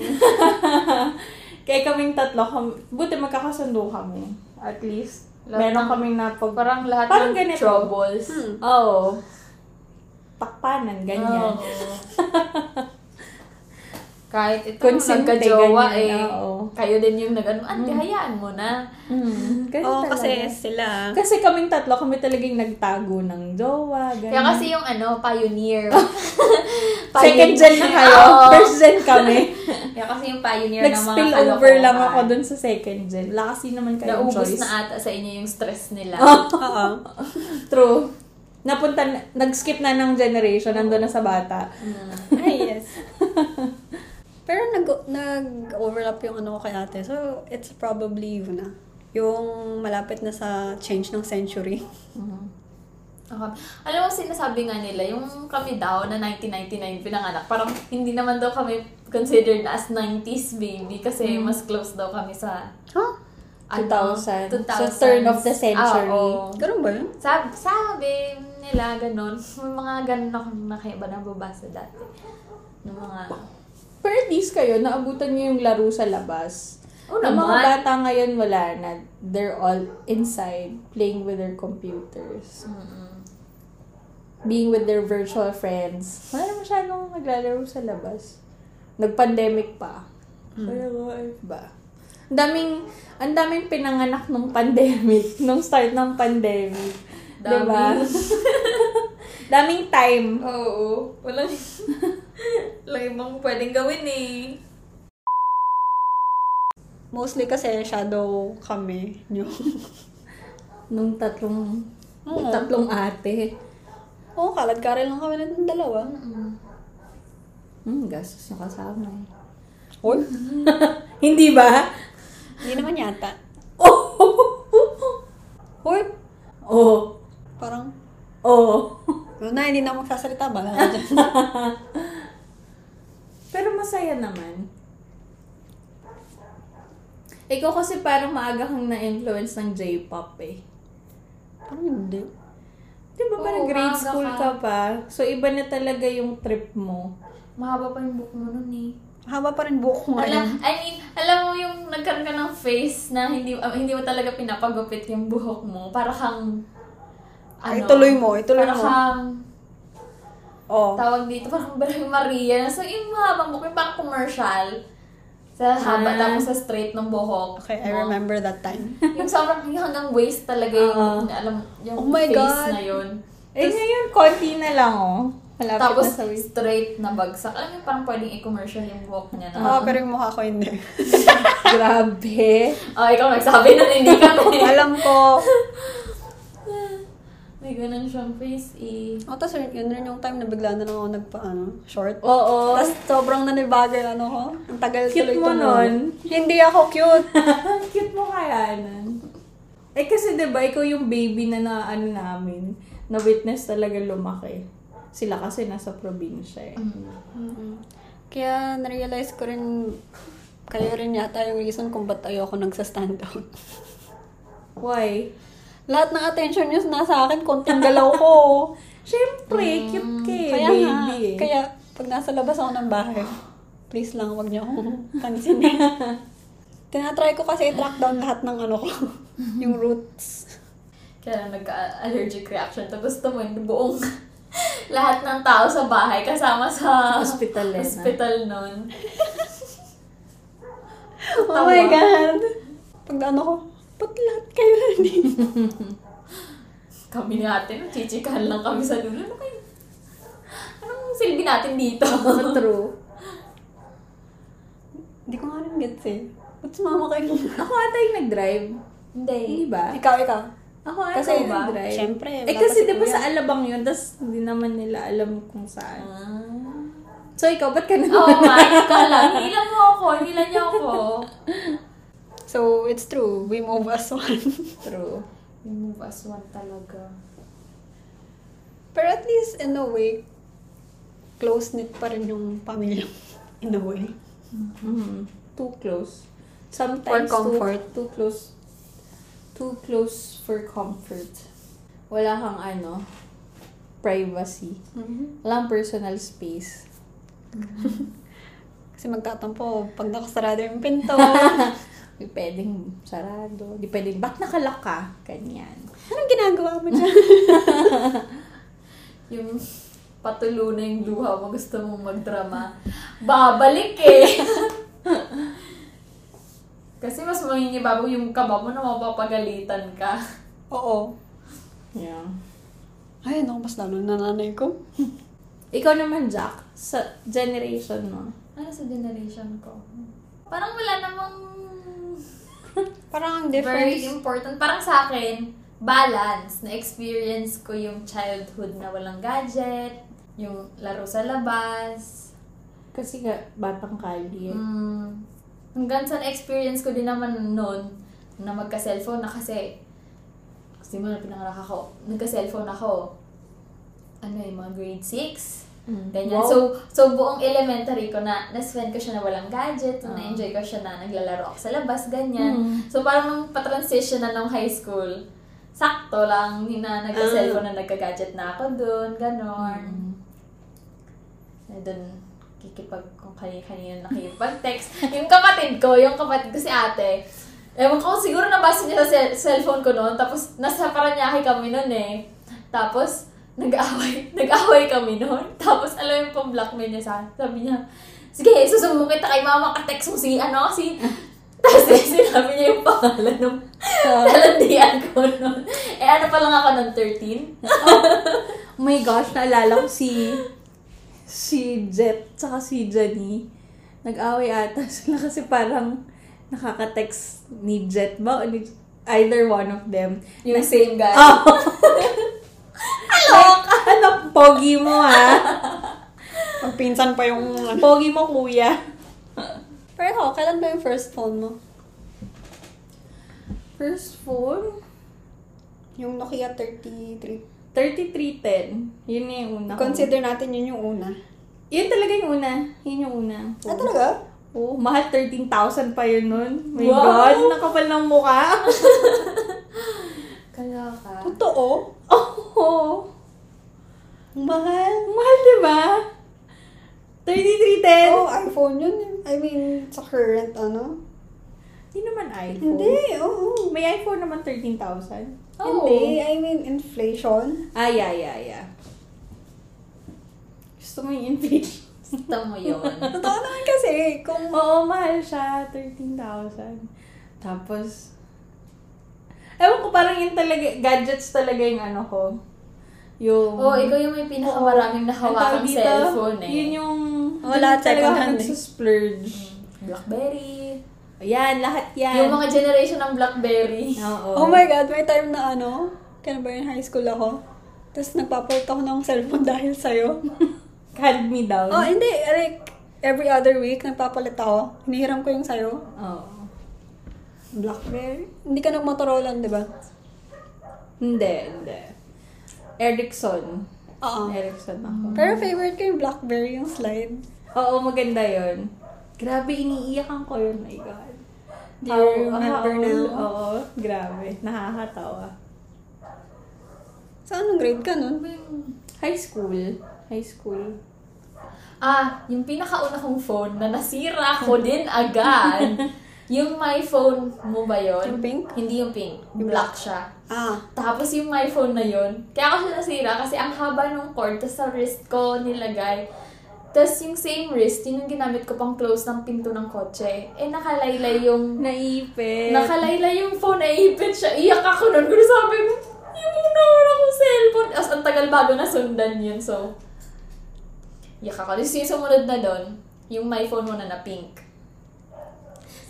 Speaker 3: Kaya kaming tatlo, kam- buti magkakasundo kami. At least,
Speaker 1: Lahat
Speaker 3: meron
Speaker 1: ng-
Speaker 3: kaming napag...
Speaker 1: Parang lahat
Speaker 3: Parang
Speaker 1: ng
Speaker 3: ganito.
Speaker 1: troubles.
Speaker 2: Hmm.
Speaker 3: Oo. Oh, takpanan,
Speaker 1: Oo.
Speaker 3: ganyan.
Speaker 1: Kahit ito,
Speaker 3: Konsente,
Speaker 1: nagka-jowa eh.
Speaker 3: ganyan, oo.
Speaker 1: Kayo din yung nag-ano, ante,
Speaker 3: Hmm.
Speaker 1: hayaan mo na.
Speaker 3: Mm, ganun
Speaker 2: Oo,
Speaker 3: talaga.
Speaker 2: kasi sila.
Speaker 3: Kasi kaming tatlo, kami talagang nagtago ng jowa, ganun.
Speaker 1: Kaya kasi yung ano, pioneer.
Speaker 3: Second gen na kayo.
Speaker 1: Oo.
Speaker 3: First gen kami.
Speaker 1: Kaya kasi yung pioneer ng mga
Speaker 3: Nag-spill over lang
Speaker 1: kalokohan.
Speaker 3: ako dun sa second gen. Wala kasi naman kayo
Speaker 1: Naubos
Speaker 3: choice. Oh.
Speaker 1: na ata sa inyo yung stress nila.
Speaker 2: Oo.
Speaker 3: True. Napunta, na- nag-skip na ng generation, nandun na sa bata.
Speaker 1: Hmm.
Speaker 2: Ay, yes. Pero nag, nag-overlap yung ano ko kay ate. So, it's probably yun na. Yung malapit na sa change ng century.
Speaker 1: Okay. Alam mo, sinasabi nga nila, yung kami daw na 1999 pinanganak, parang hindi naman daw kami considered as 90s baby kasi
Speaker 3: Hmm.
Speaker 1: mas close daw kami sa
Speaker 2: Huh?
Speaker 1: ano,
Speaker 3: 2000. So, turn of the century.
Speaker 1: Ah, oo.
Speaker 2: Ganun ba yun?
Speaker 1: Sab sabi nila ganun. May mga ganun ako nakaiba na babasa dati. Ng mga...
Speaker 3: Pero at least kayo, naabutan niyo yung laro sa labas.
Speaker 1: Oh,
Speaker 3: Yung mga
Speaker 1: naman.
Speaker 3: bata ngayon, wala na. They're all inside, playing with their computers. Being with their virtual friends. Wala na masyadong naglalaro sa labas. Nag-pandemic pa.
Speaker 2: Hmm.
Speaker 3: Kaya nga, eh, ba? Ang daming, ang daming pinanganak nung pandemic, nung start ng pandemic.
Speaker 1: Daming.
Speaker 3: Diba? daming time.
Speaker 1: Oo. Walang... Walang ibang pwedeng gawin eh.
Speaker 2: Mostly kasi shadow kami. Yung...
Speaker 3: Nung tatlong,
Speaker 2: Oo.
Speaker 3: tatlong ate.
Speaker 2: Oo, kalat-karal lang kami ng dalawa.
Speaker 3: Hmm, gastos na kasama eh.
Speaker 2: Oy,
Speaker 3: Hindi ba?
Speaker 2: hindi naman yata.
Speaker 3: Oh!
Speaker 2: Hoy,
Speaker 3: Oh!
Speaker 2: parang,
Speaker 3: Oh!
Speaker 2: na, hindi na ako magsasalita ba?
Speaker 3: Pero masaya naman. Ikaw kasi parang maaga kang na-influence ng J-pop eh.
Speaker 2: parang hindi.
Speaker 3: Di Di ba parang
Speaker 1: Oo,
Speaker 3: grade
Speaker 1: maaga
Speaker 3: school
Speaker 1: ka.
Speaker 3: ka pa? So, iba na talaga yung trip mo.
Speaker 1: Mahaba pa yung book mo nun eh.
Speaker 2: Haba pa rin buhok ko
Speaker 1: Ala,
Speaker 2: ngayon.
Speaker 1: I mean, alam mo yung nagkaroon ka ng face na hindi ah, hindi mo talaga pinapagupit yung buhok mo. Para kang, ano,
Speaker 2: Ay, tuloy mo, ituloy
Speaker 1: para
Speaker 2: mo.
Speaker 1: kang,
Speaker 2: Oh.
Speaker 1: tawag dito, parang Barang Maria. So, yung mahabang buhok, yung parang commercial. Sa haba,
Speaker 3: Ah.
Speaker 1: tapos sa straight ng buhok.
Speaker 2: Okay, I
Speaker 1: mo.
Speaker 2: remember that time.
Speaker 1: yung sobrang yung hanggang waist talaga yung,
Speaker 3: Oo.
Speaker 1: alam, yung
Speaker 2: Oh my
Speaker 1: face
Speaker 2: God.
Speaker 1: na yun.
Speaker 3: Eh, ngayon, konti na lang, oh. Malapit
Speaker 1: Tapos
Speaker 3: na sa waist.
Speaker 1: straight na bagsak. Alam mo yung parang pwedeng i-commercial yung walk niya na.
Speaker 2: Oo, ah, pero yung mukha ko hindi.
Speaker 3: Grabe.
Speaker 1: Ah, ikaw nagsabi na hindi kami.
Speaker 2: Alam ko.
Speaker 1: May ganun siyang face eh.
Speaker 2: O, tapos Oh, yun rin yung time na bigla na lang ako nagpa, ano, short.
Speaker 3: Oo.
Speaker 2: Tapos sobrang nanibago yung ano ko. Ang tagal
Speaker 3: Oh. Cute
Speaker 2: tuloy
Speaker 3: mo
Speaker 2: tuloy.
Speaker 3: nun.
Speaker 2: Hindi ako cute.
Speaker 3: Ang cute mo kaya nun. Eh kasi 'di ba ikaw yung baby na na ano namin, na witness talaga lumaki. Sila kasi nasa probinsya eh.
Speaker 2: Kaya narealize ko rin, kaya rin yata yung reason kung ba't ayoko nagsa-stand out.
Speaker 3: Why?
Speaker 2: Lahat ng attention niyo nasa akin, konting galaw ko.
Speaker 3: Siyempre, cute ka eh,
Speaker 2: Mm, kaya
Speaker 3: baby
Speaker 2: nga,
Speaker 3: eh.
Speaker 2: kaya pag nasa labas ako ng bahay, please lang, wag niyo akong pansinin. Tinatry ko kasi i-track down lahat ng ano ko, yung roots.
Speaker 1: Kaya nagka-allergic reaction. Tapos gusto mo yung buong lahat ng tao sa bahay kasama sa
Speaker 3: Hospital eh, na.
Speaker 1: hospital nun.
Speaker 2: Oh my God! Pag ano ko, ba't lahat kayo nandito?
Speaker 1: Kami ni ate, chichikahan lang kami sa dulo. Ano kayo? Anong silbi natin dito?
Speaker 2: True. Hindi ko nga rin gets eh. Ba't sumama kayo?
Speaker 3: Ako ata yung nag-drive. Hindi
Speaker 1: Hindi.
Speaker 3: ba?
Speaker 2: Eh, ikaw, ikaw.
Speaker 3: Ako ata
Speaker 2: Kasi
Speaker 3: yung
Speaker 2: ba?
Speaker 3: nag-drive.
Speaker 2: Siyempre,
Speaker 3: Eh
Speaker 2: wala
Speaker 3: kasi
Speaker 2: pa si
Speaker 3: 'di ba
Speaker 2: kuya.
Speaker 3: sa Alabang yun, tas hindi naman nila alam kung saan.
Speaker 1: Ah.
Speaker 3: So ikaw, ba't ka na?
Speaker 1: Oh my, ikaw lang. Hila mo ako, hila niyo ako.
Speaker 2: So, it's true. We move as one.
Speaker 3: True.
Speaker 1: Remove as one talaga.
Speaker 2: Pero at least, in a way, close-knit pa rin yung pamilya. In a way.
Speaker 3: Mhm. Too close.
Speaker 2: For
Speaker 3: Sometimes
Speaker 2: comfort.
Speaker 3: Too, too close. Too close for comfort. Wala kang ano, privacy.
Speaker 2: Mm-hmm.
Speaker 3: Wala kang personal space.
Speaker 2: Kasi magtatampo pag nakasarado yung pinto.
Speaker 3: Di pwedeng sarado. Di pwedeng, ba't nakalak ka? Ganyan.
Speaker 2: Anong ginagawa mo dyan?
Speaker 1: Yung patulo na yung luha mo, gusto mong magdrama. Babalik eh! Kasi mas mangingibabaw yung kaba mo na mapapagalitan ka.
Speaker 2: Oo.
Speaker 3: Yeah.
Speaker 2: Ay, ano, mas lalo na nanay ko.
Speaker 3: Ikaw naman, Jack, sa generation mo.
Speaker 1: Ano sa generation ko? Parang wala namang
Speaker 2: Parang ang
Speaker 1: very
Speaker 2: difference.
Speaker 1: important. Parang sa akin, balance. Na-experience ko yung childhood na walang gadget, yung laro sa labas,
Speaker 3: Kasi nga, batang kali eh.
Speaker 1: Mm, hanggang sa na-experience ko din naman noon na magka-cellphone na kasi kasi mo na pinanganak ako, nagka-cellphone ako. Ano eh, mga grade 6?
Speaker 3: Mm.
Speaker 1: Ganyan.
Speaker 3: Wow.
Speaker 1: So, so buong elementary ko na, na-spend ko siya na walang gadget,
Speaker 3: Ah.
Speaker 1: na-enjoy ko siya na naglalaro ako sa labas, ganyan.
Speaker 3: Mm.
Speaker 1: So, parang nung patransition na ng high school, sakto lang, hindi na nagka-cellphone na nagka-gadget na ako dun, ganon.
Speaker 3: Mm.
Speaker 1: Na doon, kikipag, kung kanina-kanina nakikipag-text. yung kapatid ko, yung kapatid ko si ate, ewan ko, siguro nabasa niya sa cell- cellphone ko noon, tapos nasa Paranaque kami noon eh. Tapos, nag-away, nag-away kami noon. Tapos, alam mo yung pang-blackmail niya sa akin. Sabi niya, sige, susumbong kita kay mama, katext mo si, ano, si... Tapos, eh, sinabi niya yung pangalan ng talandian ko noon. Eh, ano pa lang ako noon, 13?
Speaker 3: Oh my gosh, naalala ko si si Jet tsaka si Jenny. Nag-away ata sila kasi parang nakaka-text ni Jet ba o ni either one of them.
Speaker 1: Yung same guy.
Speaker 3: Oh! Hello! ano, pogi mo ha?
Speaker 2: Pag pinsan pa yung... ano.
Speaker 3: Pogi mo kuya.
Speaker 2: Pero ako, kailan ba yung first phone mo?
Speaker 3: First phone?
Speaker 2: Yung Nokia 33.
Speaker 3: 3310. Yun na yung una. ko.
Speaker 2: Consider natin yun yung una.
Speaker 3: Yun talaga yung una. Yun yung una.
Speaker 2: Ah, talaga?
Speaker 3: Oh, mahal 13,000 pa yun nun. My
Speaker 1: Wow!
Speaker 3: God, nakapal ng mukha.
Speaker 1: Kala ka.
Speaker 2: Totoo?
Speaker 3: Oh,
Speaker 2: Mahal.
Speaker 3: Mahal, di ba? 3310?
Speaker 2: Oh, iPhone yun. I mean, sa current ano.
Speaker 3: Hindi naman iPhone.
Speaker 2: Hindi, oo.
Speaker 3: May iPhone naman 13,000.
Speaker 1: Oh.
Speaker 2: Hindi, I mean, inflation.
Speaker 3: Ah, yeah, yeah, yeah. Gusto mo yung inflation.
Speaker 1: Gusto mo yun.
Speaker 2: Totoo naman kasi, kung
Speaker 3: Oo, mahal siya. 13,000. Tapos, ewan ko, parang yun talaga, gadgets talaga yung ano ko. Yung...
Speaker 1: Oo, oh, ikaw yung may pinakamaraming nahawakang
Speaker 3: Oh. Ang tawag dito,
Speaker 1: cellphone eh.
Speaker 3: Yun yung...
Speaker 2: Oo, lahat
Speaker 3: dun talaga
Speaker 2: second
Speaker 3: ako
Speaker 2: hand eh.
Speaker 3: nagsusplurge.
Speaker 1: Blackberry.
Speaker 3: Mm. Ayan, lahat yan.
Speaker 1: Yung mga generation ng Blackberry.
Speaker 3: Oo.
Speaker 2: Oh my God, may time na ano, kaya ba yun, high school ako? Tapos nagpapalit ako ng cellphone dahil sa'yo.
Speaker 3: Hand me down.
Speaker 2: oh, hindi, like, every other week nagpapalit ako. Hinihiram ko yung sa'yo.
Speaker 3: Oo.
Speaker 2: Oh. Blackberry? Hindi ka nag-Motorola, di ba?
Speaker 3: Hindi, hindi. Ericsson.
Speaker 2: Oo.
Speaker 3: Ericsson ako.
Speaker 2: Pero favorite ko yung Blackberry, yung slide.
Speaker 3: Oo, maganda yun. Grabe, iniiyakan ko yun. My God.
Speaker 2: Do you remember
Speaker 3: how-
Speaker 2: now?
Speaker 3: Oo, grabe. Nakakatawa.
Speaker 2: Sa anong grade ka nun?
Speaker 3: High school. High school.
Speaker 1: Ah, yung pinakauna kong phone na nasira ko din agad. yung my phone mo ba yun?
Speaker 2: Yung pink?
Speaker 1: Hindi yung pink. black siya.
Speaker 2: Ah,
Speaker 1: Tapos yung my phone na yun, kaya ko siya nasira kasi ang haba ng cord, tas sa wrist ko nilagay. Tapos yung same wrist, yun yung ginamit ko pang close ng pinto ng kotse. Eh nakalaylay yung...
Speaker 3: Naipit.
Speaker 1: Nakalaylay yung phone, naipit siya. Iyak ako nun. Pero sabi ko, yung muna wala akong cellphone. As ang tagal bago nasundan yun, so... Iyak ako. Tapos yung sumunod na doon, yung my phone muna na pink.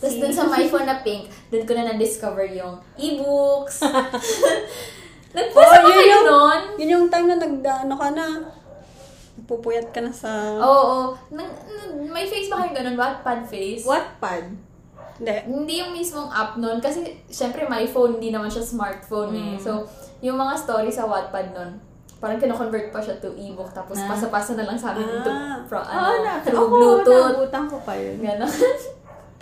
Speaker 1: Tapos dun sa my phone na pink, dun ko na na-discover yung e-books. Nagpasa
Speaker 2: Oh,
Speaker 1: ba
Speaker 2: yun
Speaker 1: kayo
Speaker 2: yung-
Speaker 1: nun?
Speaker 2: yun yung time na nag, ano ka na, pupuyat ka na sa...
Speaker 1: Oo. Oh, may face ba kayong ganun? Wattpad face?
Speaker 3: Wattpad.
Speaker 2: Hindi.
Speaker 1: Hindi yung mismong app nun. Kasi, syempre, my phone, hindi naman siya smartphone
Speaker 3: Mm.
Speaker 1: eh. So, yung mga story sa Wattpad nun, parang kinoconvert pa siya to ebook. Tapos,
Speaker 3: Ah.
Speaker 1: pasa-pasa na lang sa amin to,
Speaker 2: Ah.
Speaker 1: from,
Speaker 3: Oo,
Speaker 1: ano,
Speaker 3: na.
Speaker 1: through
Speaker 3: ako,
Speaker 1: Bluetooth.
Speaker 3: naabutan ko pa yun.
Speaker 1: Ganon.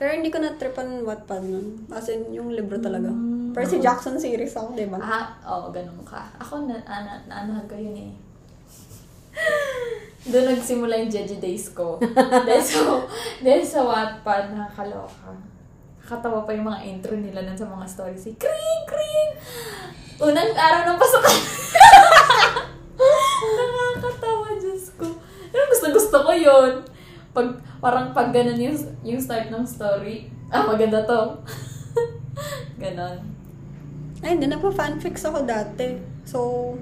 Speaker 2: Pero hindi ko na-tripan Wattpad nun. As in, yung libro talaga. Pero si Jackson series ako, di ba?
Speaker 1: ah, oo, ganon ka. Ako, na, ah, na, naanahan ko yun eh. Doon nagsimula yung Jeje Days ko. dahil sa, dahil sa Wattpad, nakakaloka. Nakatawa pa yung mga intro nila nun sa mga stories. Si Kring! Kring! Unang araw ng pasokan. Nakakatawa, Diyos ko. Pero gusto gusto ko yun. Pag, parang pag ganun yung, yung start ng story, ah, maganda to. ganon.
Speaker 2: Ay, hindi. Nagpa-fanfics ako dati. So,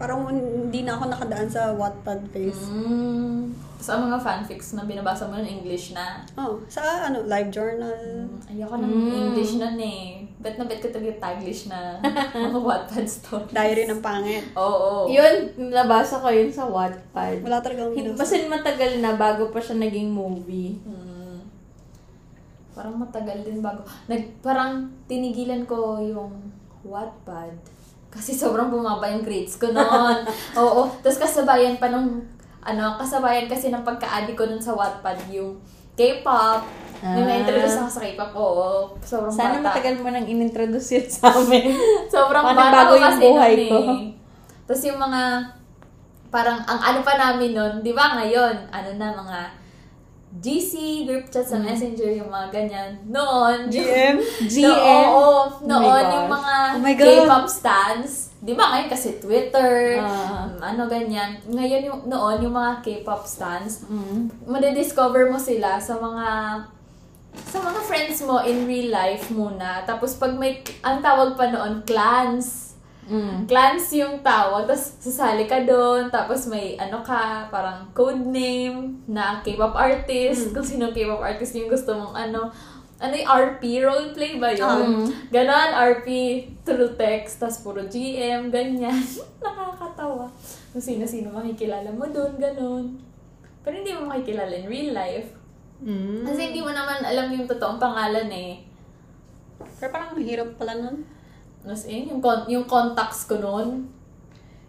Speaker 2: parang hindi na ako nakadaan sa Wattpad phase.
Speaker 1: Mm. Tapos ang mga fanfics na binabasa mo nun, English na.
Speaker 2: Oh, sa ano, live journal.
Speaker 1: Ayoko ng English nun eh. Bet na bet ko talaga yung Taglish na mga Wattpad stories.
Speaker 2: Diary ng pangit.
Speaker 1: Oo.
Speaker 3: Yun, nabasa ko yun sa Wattpad.
Speaker 2: Wala talaga akong
Speaker 3: Hin-
Speaker 2: binasa.
Speaker 3: Basin matagal na bago pa siya naging movie.
Speaker 1: Mm. Parang matagal din bago. Nag, parang tinigilan ko yung Wattpad. Kasi sobrang bumaba yung grades ko noon. Oo. Tapos kasabayan pa nung, ano, kasabayan kasi ng pagka-addict ko nun sa Wattpad yung K-pop. Nung
Speaker 3: Ah.
Speaker 1: na-introduce ako sa K-pop, oo. Sobrang
Speaker 3: Sana
Speaker 1: bata.
Speaker 3: matagal mo nang inintroduce yun sa amin.
Speaker 1: Sobrang
Speaker 3: Parang
Speaker 1: bata
Speaker 3: bago
Speaker 1: ko
Speaker 3: yung
Speaker 1: kasi
Speaker 3: buhay
Speaker 1: nun
Speaker 3: ko.
Speaker 1: eh. Tapos yung mga, parang ang ano pa namin nun, di ba ngayon, ano na mga GC, group chat sa
Speaker 3: Mm.
Speaker 1: messenger, yung mga ganyan. Noon,
Speaker 2: GM?
Speaker 1: GM.
Speaker 3: GM?
Speaker 1: Oo, oo.
Speaker 3: Oh my
Speaker 1: noon
Speaker 3: gosh.
Speaker 1: yung mga
Speaker 2: Oh my God.
Speaker 1: K-pop stans. Di ba ngayon kasi Twitter,
Speaker 3: Ah.
Speaker 1: mm, ano ganyan. Ngayon yung, noon yung mga K-pop stans, madidiscover mo sila sa mga sa mga friends mo in real life muna. Tapos pag may, ang tawag pa noon, clans.
Speaker 3: Mm.
Speaker 1: Clans yung tawag. Tapos sasali ka doon. Tapos may ano ka, parang code name na K-pop artist. Kung sino K-pop artist yung gusto mong ano. Ano yung RP? Roleplay ba yun? Ganon, RP through text. Tapos puro GM, ganyan. Nakakatawa. Kung sino-sino makikilala mo doon, ganon. Pero hindi mo makikilala in real life.
Speaker 2: Mm.
Speaker 1: Kasi hindi mo naman alam yung totoong pangalan eh.
Speaker 2: Pero parang ang hirap pala nun.
Speaker 1: Nas in, yung, con- yung contacts ko noon.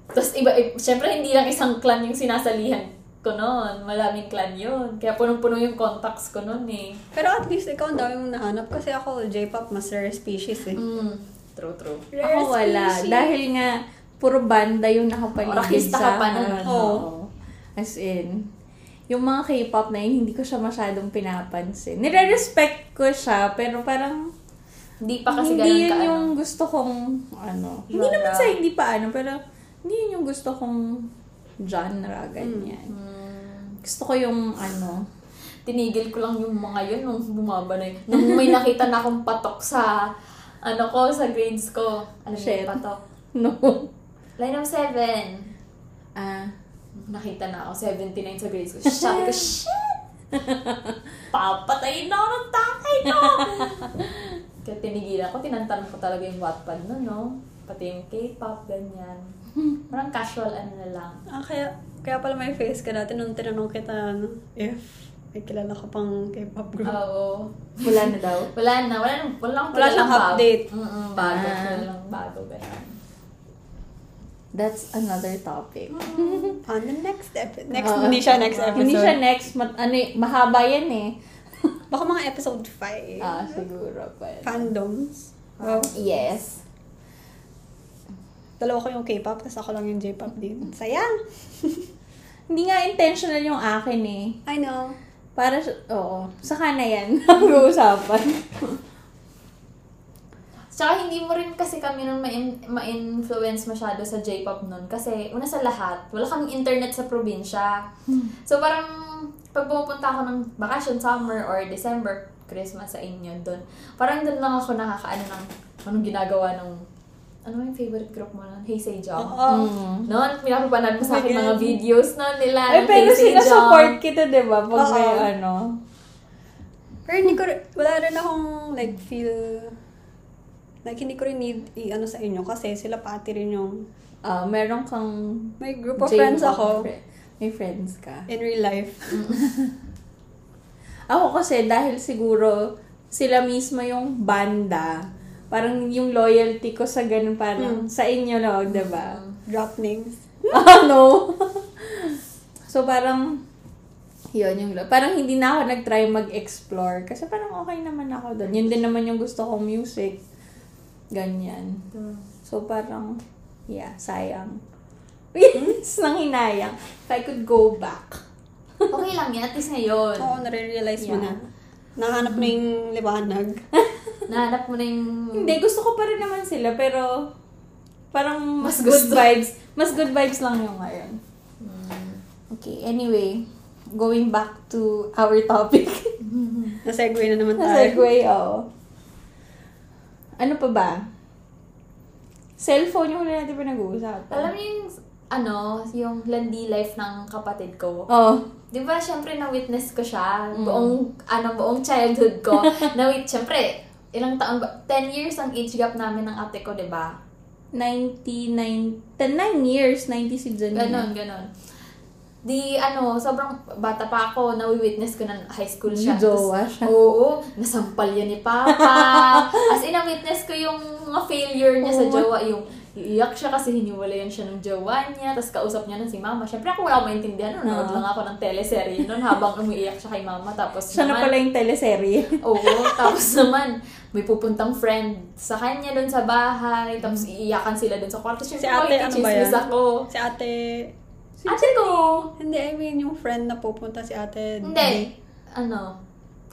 Speaker 1: Tapos iba, i- syempre hindi lang isang clan yung sinasalihan ko noon. Maraming clan yun. Kaya punong-puno yung contacts ko noon eh.
Speaker 2: Pero at least ikaw ang dami mong nahanap kasi ako, J-pop, mas rare species eh.
Speaker 1: Mm. True, true.
Speaker 2: Rare
Speaker 3: Ako wala.
Speaker 2: species.
Speaker 3: Dahil nga, puro banda yung
Speaker 1: Oh,
Speaker 3: nakapaligid
Speaker 1: Rakista ka pa nun.
Speaker 3: ano,
Speaker 2: Oo.
Speaker 3: As in, yung mga K-pop na yun, hindi ko siya masyadong pinapansin. Nire-respect ko siya, pero parang
Speaker 1: Hindi pa kasi
Speaker 3: hindi
Speaker 1: ganun
Speaker 3: yun
Speaker 1: ka,
Speaker 3: yung
Speaker 1: ano.
Speaker 3: gusto kong, ano, hindi
Speaker 1: Genre.
Speaker 3: naman sa hindi pa ano, pero hindi yun yung gusto kong genre, ganyan.
Speaker 1: Mm,
Speaker 3: Gusto ko yung, ano,
Speaker 1: tinigil ko lang yung mga yun nung bumaba na yun. Nung may nakita na akong patok sa, ano ko, sa grades ko. Alam mo
Speaker 3: Shit.
Speaker 1: yung patok?
Speaker 3: no.
Speaker 1: Line of seven.
Speaker 3: Ah,
Speaker 1: Nakita na ako, 79 sa grades ko. Sabi ko, shit! Papatayin na ako ng tatay ko! Kaya tinigilan ko, tinantan ko talaga yung Wattpad no, no? Pati yung K-pop, ganyan. Parang casual ano na lang.
Speaker 2: Ah, kaya, kaya pala may face ka dati nung tinanong kita ano, if may kilala ka pang K-pop
Speaker 1: Ah.
Speaker 2: group.
Speaker 1: Oo.
Speaker 3: wala na daw.
Speaker 1: Wala na, wala na, wala akong
Speaker 2: Wala siyang
Speaker 1: kilalang
Speaker 2: update.
Speaker 1: Bago. Mm-mm, bago,
Speaker 3: Ah.
Speaker 1: wala lang bago, ganyan.
Speaker 3: That's another topic.
Speaker 2: On the next episode. Next,
Speaker 3: Oo.
Speaker 2: hindi siya next episode.
Speaker 3: Ah. Hindi siya next, mat, ano, eh, mahaba yan eh.
Speaker 2: Baka mga episode 5.
Speaker 3: Ah, siguro. But...
Speaker 2: Fandoms. Wow.
Speaker 3: Yes.
Speaker 2: Dalawa ko yung K-pop, tapos ako lang yung J-pop din. Sayang!
Speaker 3: Hindi nga intentional yung akin eh.
Speaker 2: I know.
Speaker 3: Para, sa- oo. Saka na yan. Ang uusapan.
Speaker 1: Tsaka hindi mo rin kasi kami nun ma-in- ma-influence masyado sa J-pop nun. Kasi una sa lahat, wala kaming internet sa probinsya.
Speaker 3: Hmm.
Speaker 1: So parang pag pumupunta ako ng vacation, summer or December, Christmas sa inyo doon, parang doon lang ako nakakaano ng anong ginagawa ng ano yung favorite group mo nun? Heisei Jump.
Speaker 2: Oo.
Speaker 3: Mm.
Speaker 1: Noon, pinapapanood mo sa akin
Speaker 2: Oh my
Speaker 1: mga
Speaker 2: God.
Speaker 1: videos na nila. ng
Speaker 3: Ay, Eh, pero
Speaker 1: Heisei
Speaker 3: sinasupport
Speaker 1: Jump.
Speaker 3: kita, di ba? Pag may
Speaker 2: Oo.
Speaker 3: ano.
Speaker 2: Pero hindi ko, rin- wala rin akong like feel, like hindi ko rin need i-ano sa inyo kasi sila pati rin yung,
Speaker 3: ah meron kang
Speaker 2: may group of
Speaker 3: J-pop
Speaker 2: friends ako
Speaker 3: fri- May friends ka.
Speaker 2: in real life.
Speaker 3: Ako kasi dahil siguro sila mismo yung banda. Parang yung loyalty ko sa ganun parang sa inyo no, 'di ba?
Speaker 2: Drop names.
Speaker 3: Ah, no. so, parang, yun yung, parang hindi na ako nag-try mag-explore. Kasi parang okay naman ako doon. Yun din naman yung gusto kong music. Ganyan. So, parang, yeah, sayang. Yes, nang hinayang. If I could go back.
Speaker 1: okay lang yan, at least ngayon.
Speaker 2: Oo, nare-realize mo na.
Speaker 3: Yeah.
Speaker 2: Nahanap mo yung liwanag.
Speaker 1: Nahanap mo na yung...
Speaker 3: Hindi, gusto ko pa rin naman sila, pero parang
Speaker 1: Mas
Speaker 3: mas, good
Speaker 1: gusto.
Speaker 3: vibes. Mas good vibes lang yung ngayon.
Speaker 1: Hmm.
Speaker 3: Okay, anyway, going back to our topic.
Speaker 2: Nasegue na naman tayo.
Speaker 3: Segway, oo. Ano pa ba? Cellphone yung wala natin pa nag-uusapan.
Speaker 1: Alam niyo yung, ano, yung landi life ng kapatid ko.
Speaker 3: Oo.
Speaker 1: Di ba, syempre, na-witness ko siya. Buong, ano, buong childhood ko. na-wit, syempre, ilang taon ba? 10 years ang age gap namin ng ate ko, di ba?
Speaker 3: 99, 10 years, 96 dyan.
Speaker 1: Ganon, ganon. Di, ano, sobrang bata pa ako, nawi-witness ko na high school siya.
Speaker 3: Yung jowa
Speaker 1: Tapos,
Speaker 3: siya.
Speaker 1: Oo, nasampal yan ni Papa. As in, na-witness ko yung mga failure niya sa
Speaker 3: Oo.
Speaker 1: jowa. Yung iiyak siya kasi hiniwalayan siya ng jowa niya. Tapos kausap niya na si Mama. Siyempre ako wala akong maintindihan. Nanonood
Speaker 3: Oo.
Speaker 1: lang ako ng teleserye noon habang umiiyak siya kay Mama. Tapos
Speaker 3: Siya na
Speaker 1: naman-
Speaker 3: pala yung teleserye.
Speaker 1: Oo, tapos naman, may pupuntang friend sa kanya doon sa bahay. Tapos iiyakan sila doon sa kwarto. Siyempre,
Speaker 2: Si ate, ano ba yan?
Speaker 1: makikichismis ako.
Speaker 2: Si ate,
Speaker 1: Ate ko!
Speaker 2: hindi, I mean yung friend na pupunta si ate.
Speaker 1: Hindi. Ano,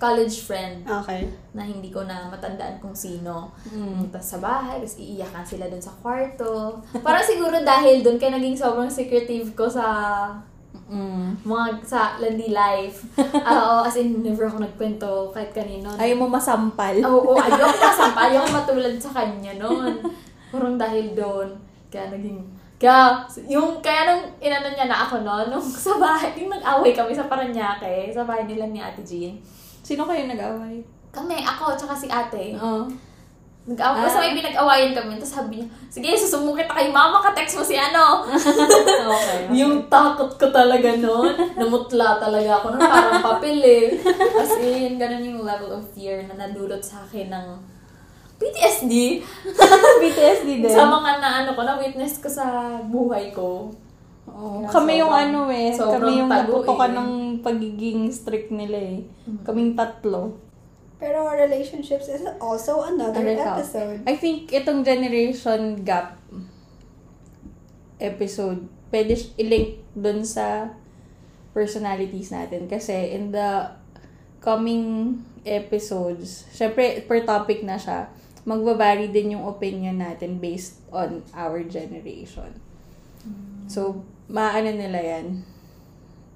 Speaker 1: college friend
Speaker 2: Okay.
Speaker 1: na hindi ko na matandaan kung sino.
Speaker 3: Mm.
Speaker 1: Pumunta sa bahay, tapos iiyakan sila dun sa kwarto. Parang siguro dahil dun kaya naging sobrang secretive ko sa
Speaker 3: Mm.
Speaker 1: mga sa landi life. Ah, Oo, as in, never ako nagkwento kahit kanino.
Speaker 3: Ayaw mo masampal.
Speaker 1: Oo, oh, ayaw ko masampa. Ayaw ko matulad sa kanya noon. Parang dahil doon, kaya naging... Kaya, yung, kaya nung inano niya na ako noon, nung sa bahay, yung nag-away kami sa Paranaque, sa bahay nila ni Ate Jean.
Speaker 3: Sino kayo nag-away?
Speaker 1: Kami, ako, tsaka si ate.
Speaker 3: Oo.
Speaker 1: Nag-away,
Speaker 3: Ah.
Speaker 1: basta may pinag-awayan kami. Tapos sabi niya, sige, susumo kita kay mama, ka-text mo si ano.
Speaker 3: okay.
Speaker 1: Yung takot ko talaga noon. Namutla talaga ako noon. Parang papel eh. As in, ganun yung level of fear na nadulot sa akin ng PTSD.
Speaker 3: PTSD din.
Speaker 1: Sa mga na ano ko, na-witness ko sa buhay ko.
Speaker 3: Oo.
Speaker 1: Kaya
Speaker 3: Kami yung
Speaker 1: sobrang-
Speaker 3: ano eh.
Speaker 1: sobrang
Speaker 3: Kami yung
Speaker 1: tago
Speaker 3: naputokan
Speaker 1: eh. Mm.
Speaker 3: ng pagiging strict nila eh. Kaming tatlo.
Speaker 2: Pero relationships is also another
Speaker 3: Another topic.
Speaker 2: episode.
Speaker 3: I think itong generation gap episode, pwede sh- ilink dun sa personalities natin. Kasi in the coming episodes, syempre per topic na siya, magbabari din yung opinion natin based on our generation. So, maano nila yan.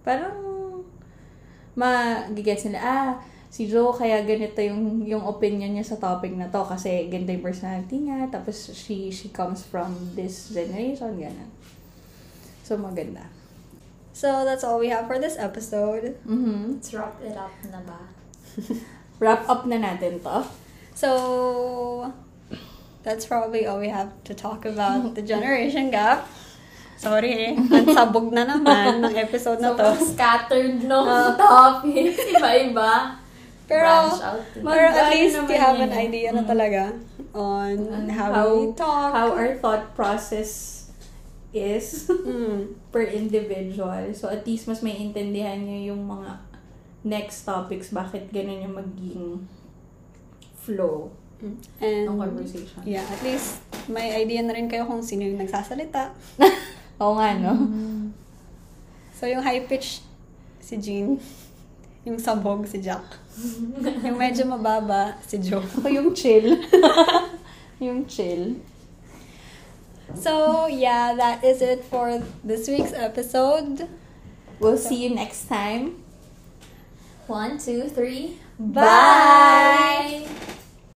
Speaker 3: Parang, magigets nila, ah, si Joe kaya ganito yung, yung opinion niya sa topic na to kasi ganito yung personality niya, tapos she, she comes from this generation, ganun. So, maganda.
Speaker 2: So, that's all we have for this episode.
Speaker 3: mhm
Speaker 1: Let's wrap it up na ba?
Speaker 3: Wrap up na natin to.
Speaker 2: So, that's probably all we have to talk about the generation gap. Sorry eh. Ang sabog na naman ng episode na
Speaker 3: Ano
Speaker 1: So,
Speaker 2: to.
Speaker 1: scattered no
Speaker 3: Ah.
Speaker 1: topic. Iba-iba.
Speaker 2: Pero,
Speaker 1: Branch out.
Speaker 2: pero at
Speaker 3: Maganda
Speaker 2: least
Speaker 3: naman
Speaker 2: you have
Speaker 3: yun. Mm.
Speaker 2: an idea na talaga on
Speaker 3: On
Speaker 2: how,
Speaker 3: how-
Speaker 2: we talk.
Speaker 3: How our thought process is
Speaker 2: Mm.
Speaker 3: per individual. So, at least mas may intindihan nyo yung mga next topics, bakit ganun yung magiging flow
Speaker 2: And,
Speaker 3: ng conversation.
Speaker 2: Mm-hmm. yeah, at least may idea na rin kayo kung sino yung nagsasalita.
Speaker 3: Oo nga, no?
Speaker 2: So, yung high pitch, si Jean. Yung sabog, si Jack. yung medyo mababa, si Joe.
Speaker 3: Ako yung chill. yung chill.
Speaker 2: So, yeah, that is it for this week's episode.
Speaker 3: We'll see you next time.
Speaker 1: One, two, three.
Speaker 2: Bye!
Speaker 1: Bye.